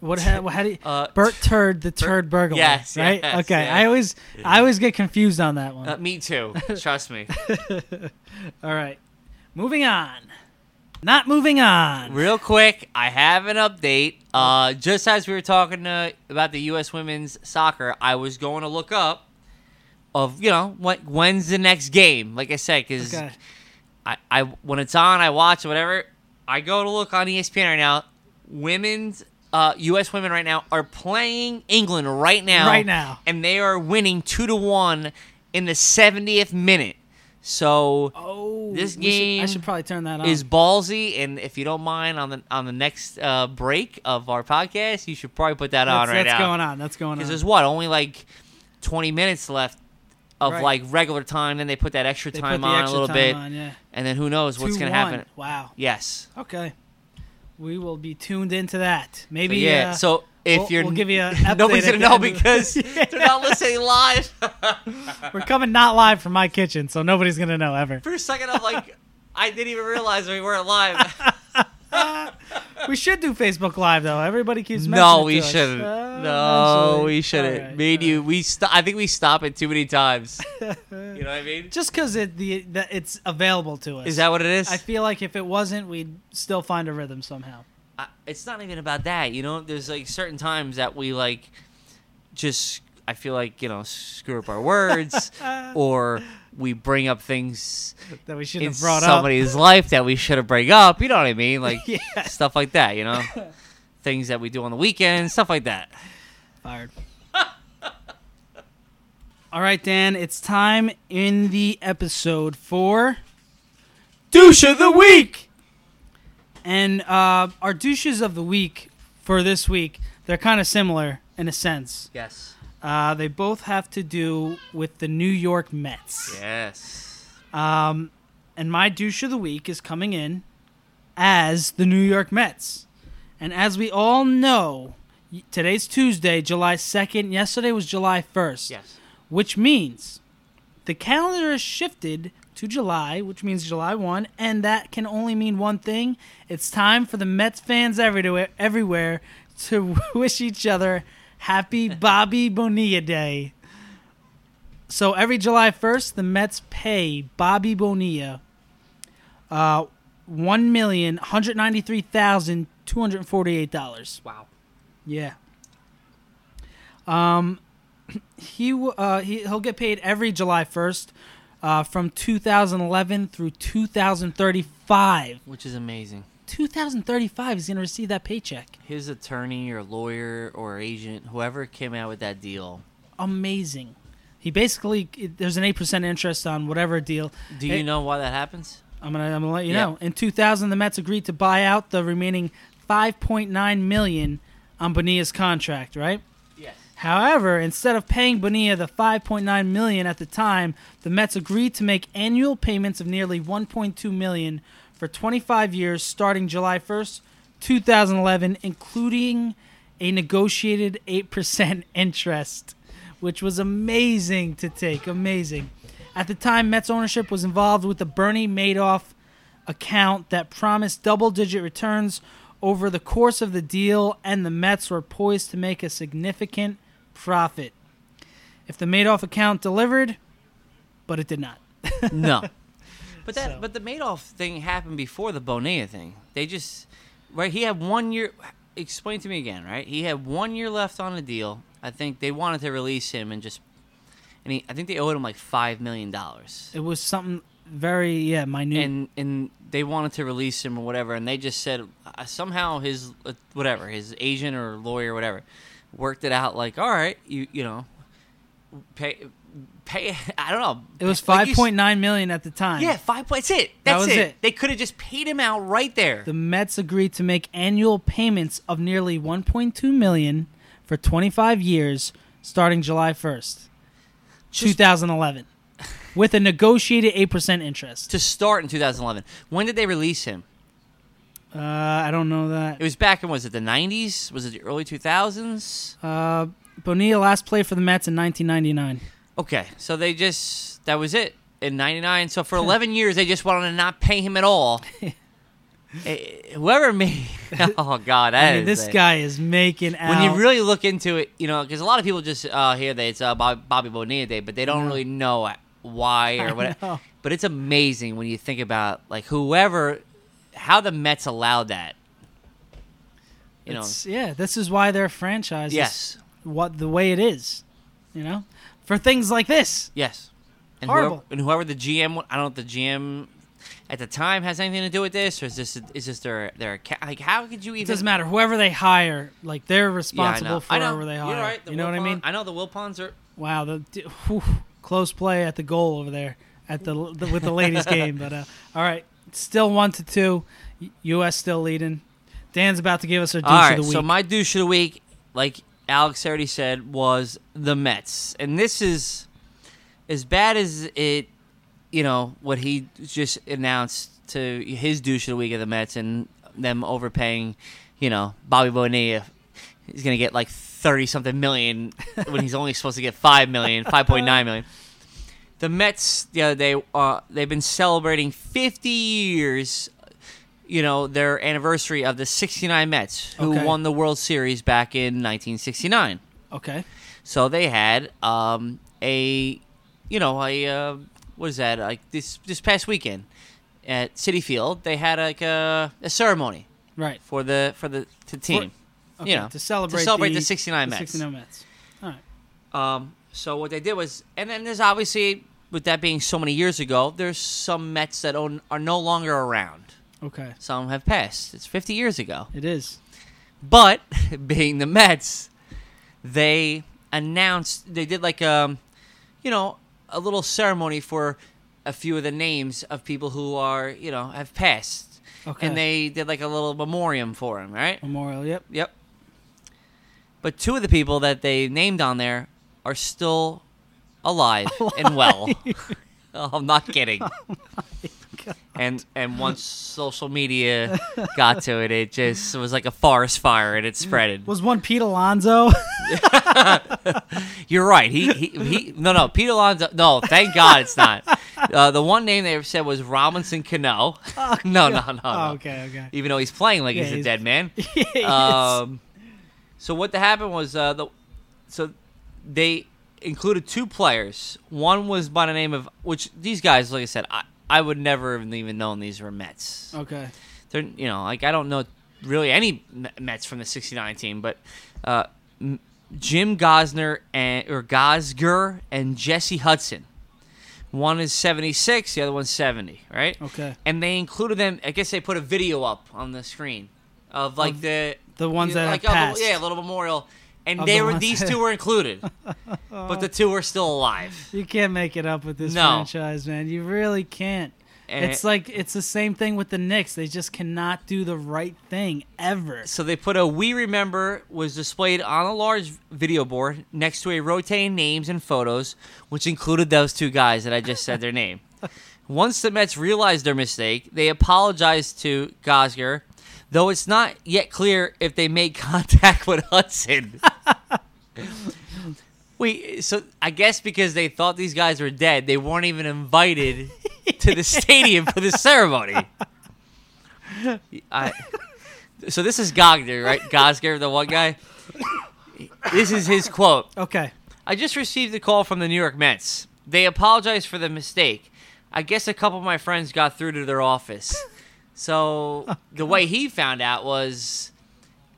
B: What how, how do you,
C: Uh,
B: Bert Turd the Turd Burglar?
C: yes,
B: right.
C: yes,
B: okay,
C: yes.
B: I always I always get confused on that one.
C: Uh, me too. Trust me.
B: All right, moving on. Not moving on.
C: Real quick, I have an update. Uh, just as we were talking uh about the U.S. women's soccer, I was going to look up of you know what when's the next game. Like I said, because
B: Okay.
C: I, I when it's on, I watch whatever. I go to look on E ESPN right now. Women's uh, U.S. women right now are playing England right now.
B: Right now.
C: and they are winning two to one in the 70th minute. So
B: Oh,
C: This
B: we should- I
C: game
B: should probably turn that on.
C: is ballsy, and if you don't mind, on the on the next uh, break of our podcast, you should probably put that
B: that's,
C: on right
B: that's
C: now.
B: going on. uh. That's going on.
C: Because there's what only like 20 minutes left of
B: Right.
C: like regular time. Then they put that extra
B: They put
C: time
B: the
C: on a
B: extra
C: little
B: time
C: bit,
B: on, yeah.
C: and then who knows what's going to
B: 2-1.
C: happen?
B: Wow.
C: Yes.
B: Okay. We will be tuned into that. Maybe.
C: But yeah.
B: uh,
C: so if
B: we'll-
C: you're
B: we'll give you a
C: nobody's
B: update at
C: gonna
B: the
C: know
B: end of the-
C: because
B: Yeah.
C: they're not listening live.
B: we're coming not live from my kitchen, so nobody's gonna know ever.
C: For a second, I'm like, I didn't even realize we weren't live.
B: We should do Facebook Live though. Everybody keeps. mentioning
C: No,
B: it
C: we
B: to us.
C: shouldn't.
B: Uh,
C: no,
B: eventually.
C: we shouldn't.
B: All right,
C: Me and
B: all
C: you,
B: right.
C: we st- I think we stop it too many times. you know what I mean?
B: Just because it the that it's available to us.
C: Is that what it is?
B: I feel like if it wasn't, we'd still find a rhythm somehow.
C: I, it's not even about that. You know, there's like certain times that we like just I feel like you know screw up our words or we bring up things
B: That we shouldn't
C: in
B: have brought up.
C: somebody's life that we should have bring up. You know what I mean? Like
B: Yeah.
C: stuff like that. You know, things that we do on the weekend, stuff like that.
B: Fired. All right, Dan, it's time in the episode for
C: Douche of the week.
B: and uh, our douches of the week for this week. They're kind of similar in a sense.
C: Yes.
B: Uh, they both have to do with the New York Mets.
C: Yes.
B: Um, and my douche of the week is coming in as the New York Mets. And as we all know, y- today's Tuesday, July 2nd. Yesterday was July 1st.
C: Yes.
B: Which means the calendar is shifted to July, which means July 1, and that can only mean one thing. It's time for the Mets fans everywhere, everywhere to wish each other happy Bobby Bonilla Day. So every July 1st, the Mets pay Bobby Bonilla uh, $1,193,248.
C: Wow.
B: Yeah. Um, he w- uh he he'll get paid every July first, uh, from 2011 through 2035.
C: Which is amazing.
B: 2035 he's gonna receive that paycheck.
C: His attorney or lawyer or agent, whoever came out with that deal.
B: Amazing. He basically it- there's an eight percent interest on whatever deal.
C: Do you
B: Hey.
C: know why that happens?
B: I'm gonna I'm gonna let you
C: Yeah.
B: know. In 2000, the Mets agreed to buy out the remaining 5.9 million on Bonilla's contract. Right.
C: Yes.
B: However, instead of paying Bonilla the 5.9 million at the time, the Mets agreed to make annual payments of nearly 1.2 million for 25 years starting July 1st, 2011, including a negotiated 8% interest, which was amazing to take, amazing. At the time, Mets ownership was involved with the Bernie Madoff account that promised double digit returns over the course of the deal, and the Mets were poised to make a significant profit. If the Madoff account delivered, but it did not.
C: No. But that
B: So.
C: but the Madoff thing happened before the Bonilla thing. They just right he had one year explain to me again, right? He had one year left on the deal. I think they wanted to release him and just and he, I think they owed him like five million dollars.
B: It was something very, yeah, minute.
C: and and they wanted to release him or whatever, and they just said uh, somehow his uh, whatever his agent or lawyer or whatever worked it out. Like, all right, you you know, pay pay. I don't know.
B: it was
C: Like you s-
B: 5.9 million at the time.
C: Yeah, five point. That's it.
B: That
C: That's
B: was
C: it.
B: it.
C: They could have just paid him out right there.
B: The Mets agreed to make annual payments of nearly 1.2 million for 25 years starting July 1st, 2011, with a negotiated 8% interest.
C: to start in 2011. When did they release him?
B: Uh, I don't know that.
C: It was back in was it the 90s? Was it the early 2000s?
B: Uh, Bonilla last played for the Mets in 1999.
C: Okay, so they just that was it in '99. So for 11 years, they just wanted to not pay him at all. Eh, Whoever made oh god, that
B: I mean,
C: is
B: this
C: a-
B: guy is making out.
C: When you really look into it, you know, because a lot of people just uh, hear that it's uh, Bob, Bobby Bonilla Day, but they don't really know why or what.
B: know.
C: But it's amazing when you think about like whoever, how the Mets allowed that. You know,
B: It's- yeah, this is why their franchise. is
C: yes,
B: what the way it is, you know, for things like this.
C: Yes. And
B: Horrible.
C: Whoever, and whoever the GM, wa- I don't know if the GM at the time has anything to do with this, or is this is this their their acca- like how could you even?
B: It doesn't matter whoever they hire, like they're responsible for
C: I know.
B: whoever they
C: You're
B: hire.
C: right, the
B: you know what I
C: Wilpons-
B: mean?
C: I know the Wilpons are.
B: Wow, the d- whew, close play at the goal over there at the, the with the ladies game. But uh, all right, still one to two, U- U.S. still leading. Dan's about to give us our douche
C: All right,
B: of the week.
C: so my douche of the week, like Alex already said, was the Mets, and this is as bad as it, you know, what he just announced to his douche of the week of the Mets and them overpaying, you know, Bobby Bonilla. He's gonna get like thirty something million when he's only supposed to get five million, five point nine million. The Mets the other day, uh, they've been celebrating fifty years, you know, their anniversary of the '69 Mets, who
B: Okay.
C: won the World Series back in 1969.
B: okay,
C: So they had um, a, you know, a uh, what is that? Like this this past weekend at City Field, they had like a, a ceremony
B: right.
C: for the for the, the team.
B: Okay,
C: you know,
B: to celebrate
C: to celebrate the,
B: the
C: 69
B: the
C: Mets.
B: 69 Mets. All right.
C: Um, so what they did was, and then there's obviously with that being so many years ago, there's some Mets that own, are no longer around.
B: Okay.
C: Some have passed. It's 50 years ago.
B: It is.
C: But being the Mets, they announced they did like um you know, a little ceremony for a few of the names of people who are, you know, have passed.
B: Okay.
C: And they did like a little memoriam for him, right?
B: Memorial. Yep.
C: Yep. But two of the people that they named on there are still alive, and well. Oh, I'm not kidding. and and once social media got to it, it just was like a forest fire and it spread.
B: Was one Pete Alonso?
C: You're right. He, he he no no Pete Alonso no, thank God it's not. Uh, the one name they said was Robinson Cano. no, no, no, no.
B: oh, okay, okay.
C: Even though he's playing like
B: Yeah,
C: he's a
B: he's-
C: dead man.
B: Yes.
C: Um, so what that happened was uh, the so they included two players. One was by the name of which these guys, like I said, I, I would never have even known these were Mets.
B: okay.
C: They're you know like I don't know really any M- Mets from the '69 team, but uh, M- Jim Gosner and or Gosger and Jesse Hudson. One is 76, the other one's 70, right?
B: Okay.
C: And they included them. I guess they put a video up on the screen of like
B: Of
C: the
B: the ones
C: yeah,
B: that
C: like
B: have
C: a
B: passed.
C: little- yeah, a little memorial, and
B: Of
C: they
B: the
C: were
B: ones
C: these
B: that-
C: two were included, but the two were still alive.
B: You can't make it up with this
C: No. Eh.
B: franchise, man. You really can't.
C: And
B: it's like it's the same thing with the Knicks. They just cannot do the right thing ever.
C: so they put a "We Remember" was displayed on a large video board next to a rotating names and photos, which included those two guys that I just said their name. Once the Mets realized their mistake, they apologized to Gosger, though it's not yet clear if they made contact with Hudson. Wait, so I guess because they thought these guys were dead, they weren't even invited to the stadium for the ceremony. I, so this is Gogner, right? Gosger, the one guy. This is his quote.
B: Okay.
C: I just received a call from the New York Mets. They apologized for the mistake. I guess a couple of my friends got through to their office. So the way he found out was,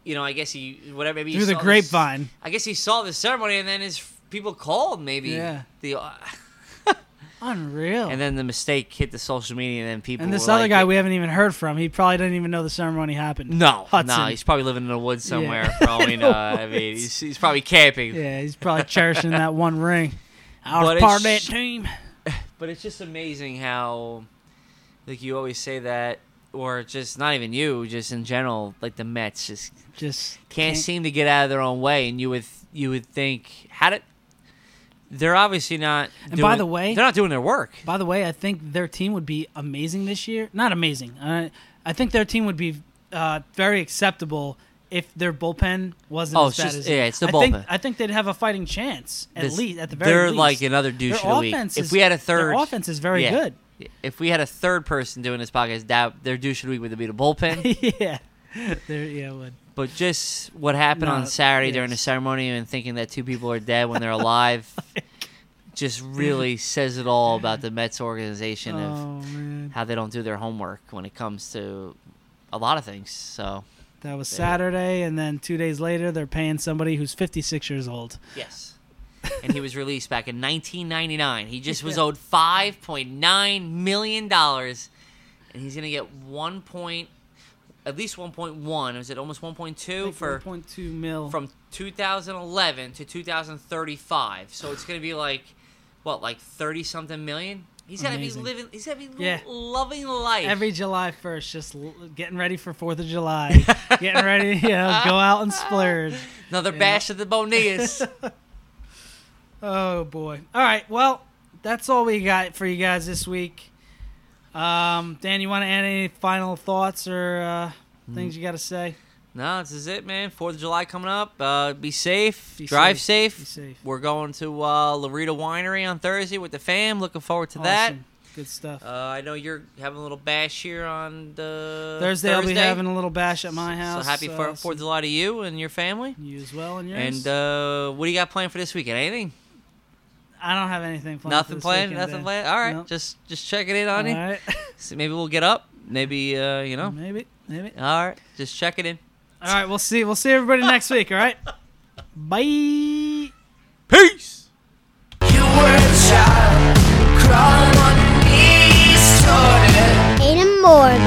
C: you know, I guess he whatever maybe he
B: Through the
C: saw this-
B: grapevine.
C: I guess he saw the ceremony and then his f- people called maybe.
B: Yeah.
C: The uh,
B: Unreal.
C: and
B: And,
C: then the mistake hit the social media and then people.
B: this
C: were
B: other
C: like,
B: guy we haven't even heard from. He probably didn't even know the ceremony happened.
C: No,
B: Hudson.
C: no, he's probably living in the woods somewhere.
B: Yeah.
C: For all we
B: In
C: know,
B: the
C: I mean,
B: woods.
C: he's, he's probably camping.
B: Yeah, he's probably cherishing that one ring. I
C: But
B: was
C: it's
B: part of that
C: sh-
B: team.
C: But it's just amazing how, like, you always say that, or just not even you, just in general, like the Mets just
B: Just
C: can't seem to get out of their own way, and you would you would think how did they're obviously not.
B: And by
C: doing-
B: the way-
C: they're not doing their work.
B: By the way, I think their team would be amazing this year. Not amazing. Uh, I think their team would be uh, very acceptable if their bullpen wasn't
C: Oh,
B: as
C: it's
B: bad
C: just-
B: as
C: yeah, it's the
B: I think,
C: bullpen.
B: I think they'd have a fighting chance at
C: This-
B: least. At the very
C: they're
B: least,
C: like another douche
B: Their
C: of the week.
B: offense
C: if
B: is-
C: we had a third,
B: their offense is very
C: yeah.
B: good.
C: If we had a third person doing this podcast, that their douche of the week would be the bullpen.
B: yeah, They're- yeah, it would.
C: But just what happened
B: No,
C: on Saturday during the
B: yes.
C: ceremony and thinking that two people are dead when they're alive just really says it all about the Mets organization of
B: Oh man,
C: how they don't do their homework when it comes to a lot of things. So,
B: that was Saturday, and then two days later, they're paying somebody who's 56 years old.
C: yes. And he was released back in 1999. He just was
B: Yeah.
C: owed 5.9 million dollars and he's going to get 1 point at least 1.1, was it almost 1.2 for
B: 1.2 mil
C: from 2011 to 2035. So it's gonna be like, what, like 30 something million? He's gotta
B: Amazing.
C: be living. He's gotta be lo-
B: Yeah.
C: loving life.
B: every July 1st, just l- getting ready for 4th of July, getting ready, you know, go out and splurge.
C: another bash at the Bonillas.
B: Oh boy. All right. Well, that's all we got for you guys this week. Um, Dan, you want to add any final thoughts or
C: Hmm.
B: uh, things you got to say?
C: no, this is it, man. Fourth of July coming up. Uh, be safe.
B: Be
C: drive
B: safe.
C: safe.
B: Be safe.
C: We're going to uh, Larita Winery on Thursday with the fam. Looking forward to that.
B: Awesome. Good stuff.
C: Uh, I know you're having a little bash here on the
B: Thursday, I'll be having a little bash at my house.
C: So happy
B: uh,
C: Fourth of July to you and your family.
B: You as well and yours.
C: And uh, what do you got planned for this weekend? Anything?
B: I don't have anything planned. for
C: Nothing
B: this
C: planned.
B: weekend,
C: Nothing
B: Dan.
C: planned. All right,
B: Nope.
C: just just checking in on
B: all
C: you.
B: right.
C: See, maybe we'll get up. Maybe uh, you know.
B: maybe, maybe.
C: All right, just checking in.
B: All right, we'll see. We'll see everybody next week. All right. Bye.
C: Peace.
E: You were a child, crawling on your knees, started
F: Aiden Morgan,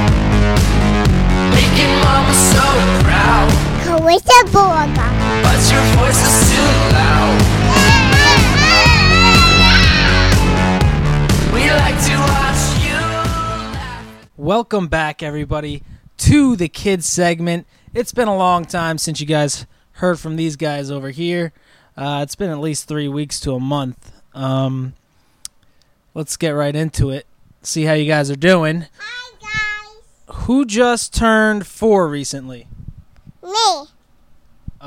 E: making mama so proud.
F: Carissa Borga.
E: But your voice is too loud.
F: Yeah.
B: Welcome back, everybody, to the kids segment. It's been a long time since you guys heard from these guys over here. Uh, it's been at least three weeks to a month. Um, let's get right into it. See how you guys are doing.
F: Hi guys.
B: Who just turned four recently?
F: Me.
B: Oh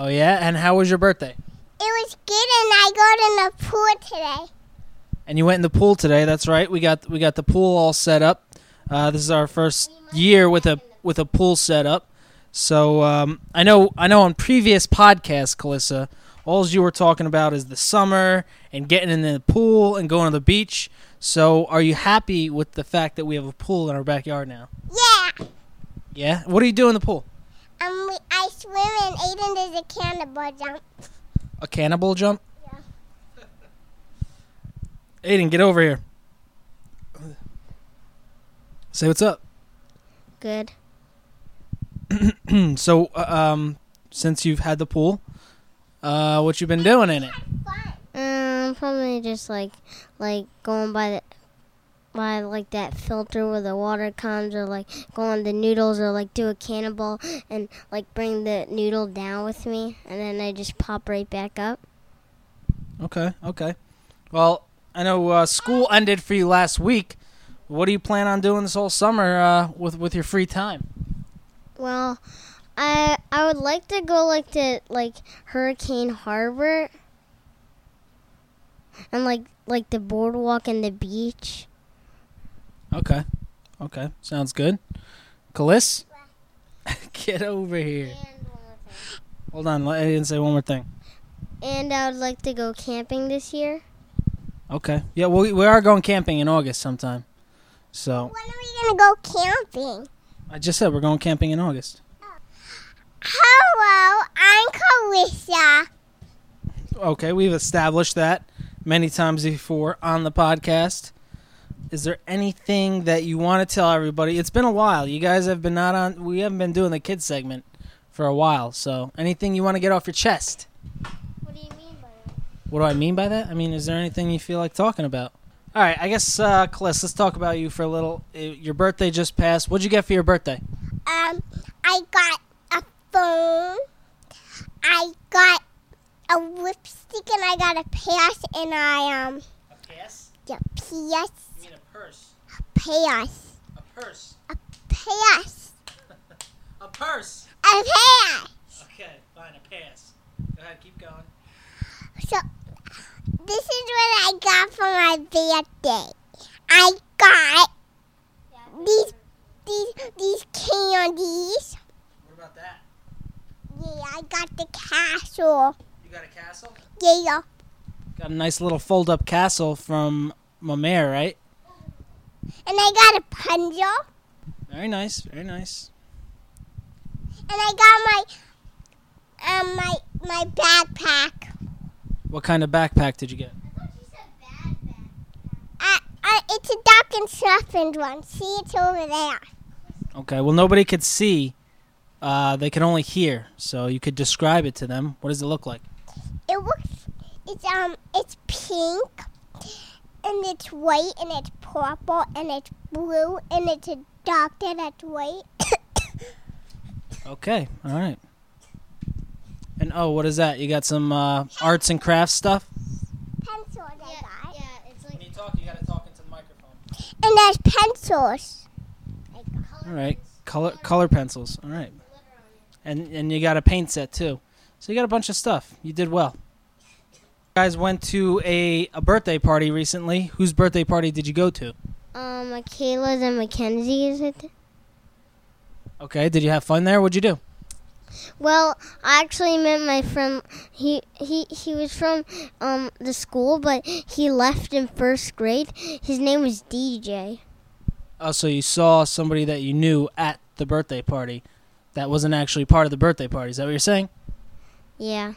B: yeah, and how was your birthday?
F: It was good and I got in the pool today.
B: and you went in the pool today. That's right. We got we got the pool all set up. Uh, this is our first year with a with a pool set up. So um, I know I know on previous podcasts, Calissa, all you were talking about is the summer and getting in the pool and going to the beach. So are you happy with the fact that we have a pool in our backyard now?
F: Yeah.
B: Yeah. What do you do in the pool?
F: Um, we, I swim and Aiden does a cannonball jump.
B: A cannibal jump? Yeah. Aiden, get over here. Say what's up.
F: Good.
B: So, uh, um, since you've had the pool, uh, what you been doing in it?
G: Um, probably just like like going by the by like that filter where the water comes, or like going the noodles, or like do a cannonball and like bring the noodle down with me, and then I just pop right back up.
B: Okay, okay. Well, I know uh, school ended for you last week. What do you plan on doing this whole summer uh, with with your free time?
G: Well, I I would like to go like to like Hurricane Harbor and like like the boardwalk and the beach.
B: Okay, okay, sounds good. Caliss, get over here. Hold on, let- I didn't say one more thing.
G: And I would like to go camping this year.
B: Okay, yeah, we we are going camping in August sometime. So
F: When are we gonna go camping?
B: I just said we're going camping in August.
F: Hello, I'm Carissa.
B: Okay, we've established that many times before on the podcast. Is there anything that you want to tell everybody? It's been a while. You guys have been not on. We haven't been doing the kids segment for a while. So, anything you want to get off your chest?
G: What do you mean by that?
B: What do I mean by that? I mean, is there anything you feel like talking about? All right, I guess, uh, Cliss, let's talk about you for a little. Uh, Your birthday just passed. What'd you get for your birthday?
F: Um, I got a phone. I got a lipstick and I got a pass and I um
B: Yes,
F: yeah PS
B: you mean a purse,
F: pass
B: a purse,
F: pass
B: a purse.
F: a pass.
B: Okay, fine, a pass. Go ahead, keep going.
F: So this is what I got for my birthday. I got these these these candies.
B: What about that?
F: Yeah, I got the castle.
B: You got a castle?
F: Yeah.
B: Got a nice little fold up castle from Mamere, right?
F: And I got a pencil.
B: Very nice, very nice.
F: And I got my um my my backpack.
B: What kind of backpack did you get?
F: Uh, uh, it's a duck and stuffed one. See, it's over there.
B: Okay, well, nobody could see. Uh, they could only hear, so you could describe it to them. What does it look like?
F: It looks. It's um. It's pink, and it's white, and it's purple, and it's blue, and it's a duck, and it's white.
B: Okay, all right. And oh, what is that? You got some uh, arts and crafts stuff?
F: pencils I got.
G: it's like
B: you talk, you gotta talk into the microphone.
F: And there's pencils.
B: All right, color color pencils. All right, and and you got a paint set too, so you got a bunch of stuff. You did well. guys went to a a birthday party recently. Whose birthday party did you go to?
G: Um, Michaela's and Mackenzie's. I thi-
B: Okay, did you have fun there? What'd you do?
G: Well, I actually met my friend. He he he was from um the school, but he left in first grade. His name was DJ.
B: Oh, so you saw somebody that you knew at the birthday party, that wasn't actually part of the birthday party. Is that what you're saying?
G: Yeah,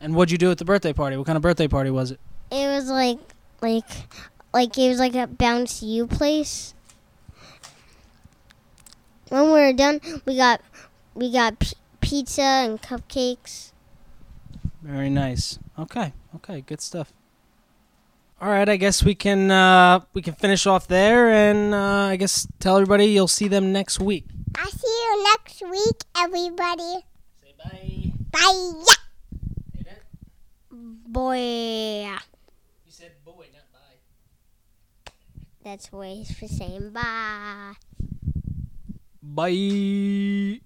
B: And what'd you do at the birthday party? What kind of birthday party was it?
G: it was like like like it was like a bounce you place. When we were done, we got we got p- pizza and cupcakes.
B: Very nice. Okay, okay, good stuff. All right, I guess we can uh, we can finish off there, and uh, I guess tell everybody you'll see them next week.
F: I'll see you next week, everybody.
B: Say bye.
F: Bye.
G: Boy.
B: You said boy, not bye.
G: That's ways for saying bye.
B: Bye.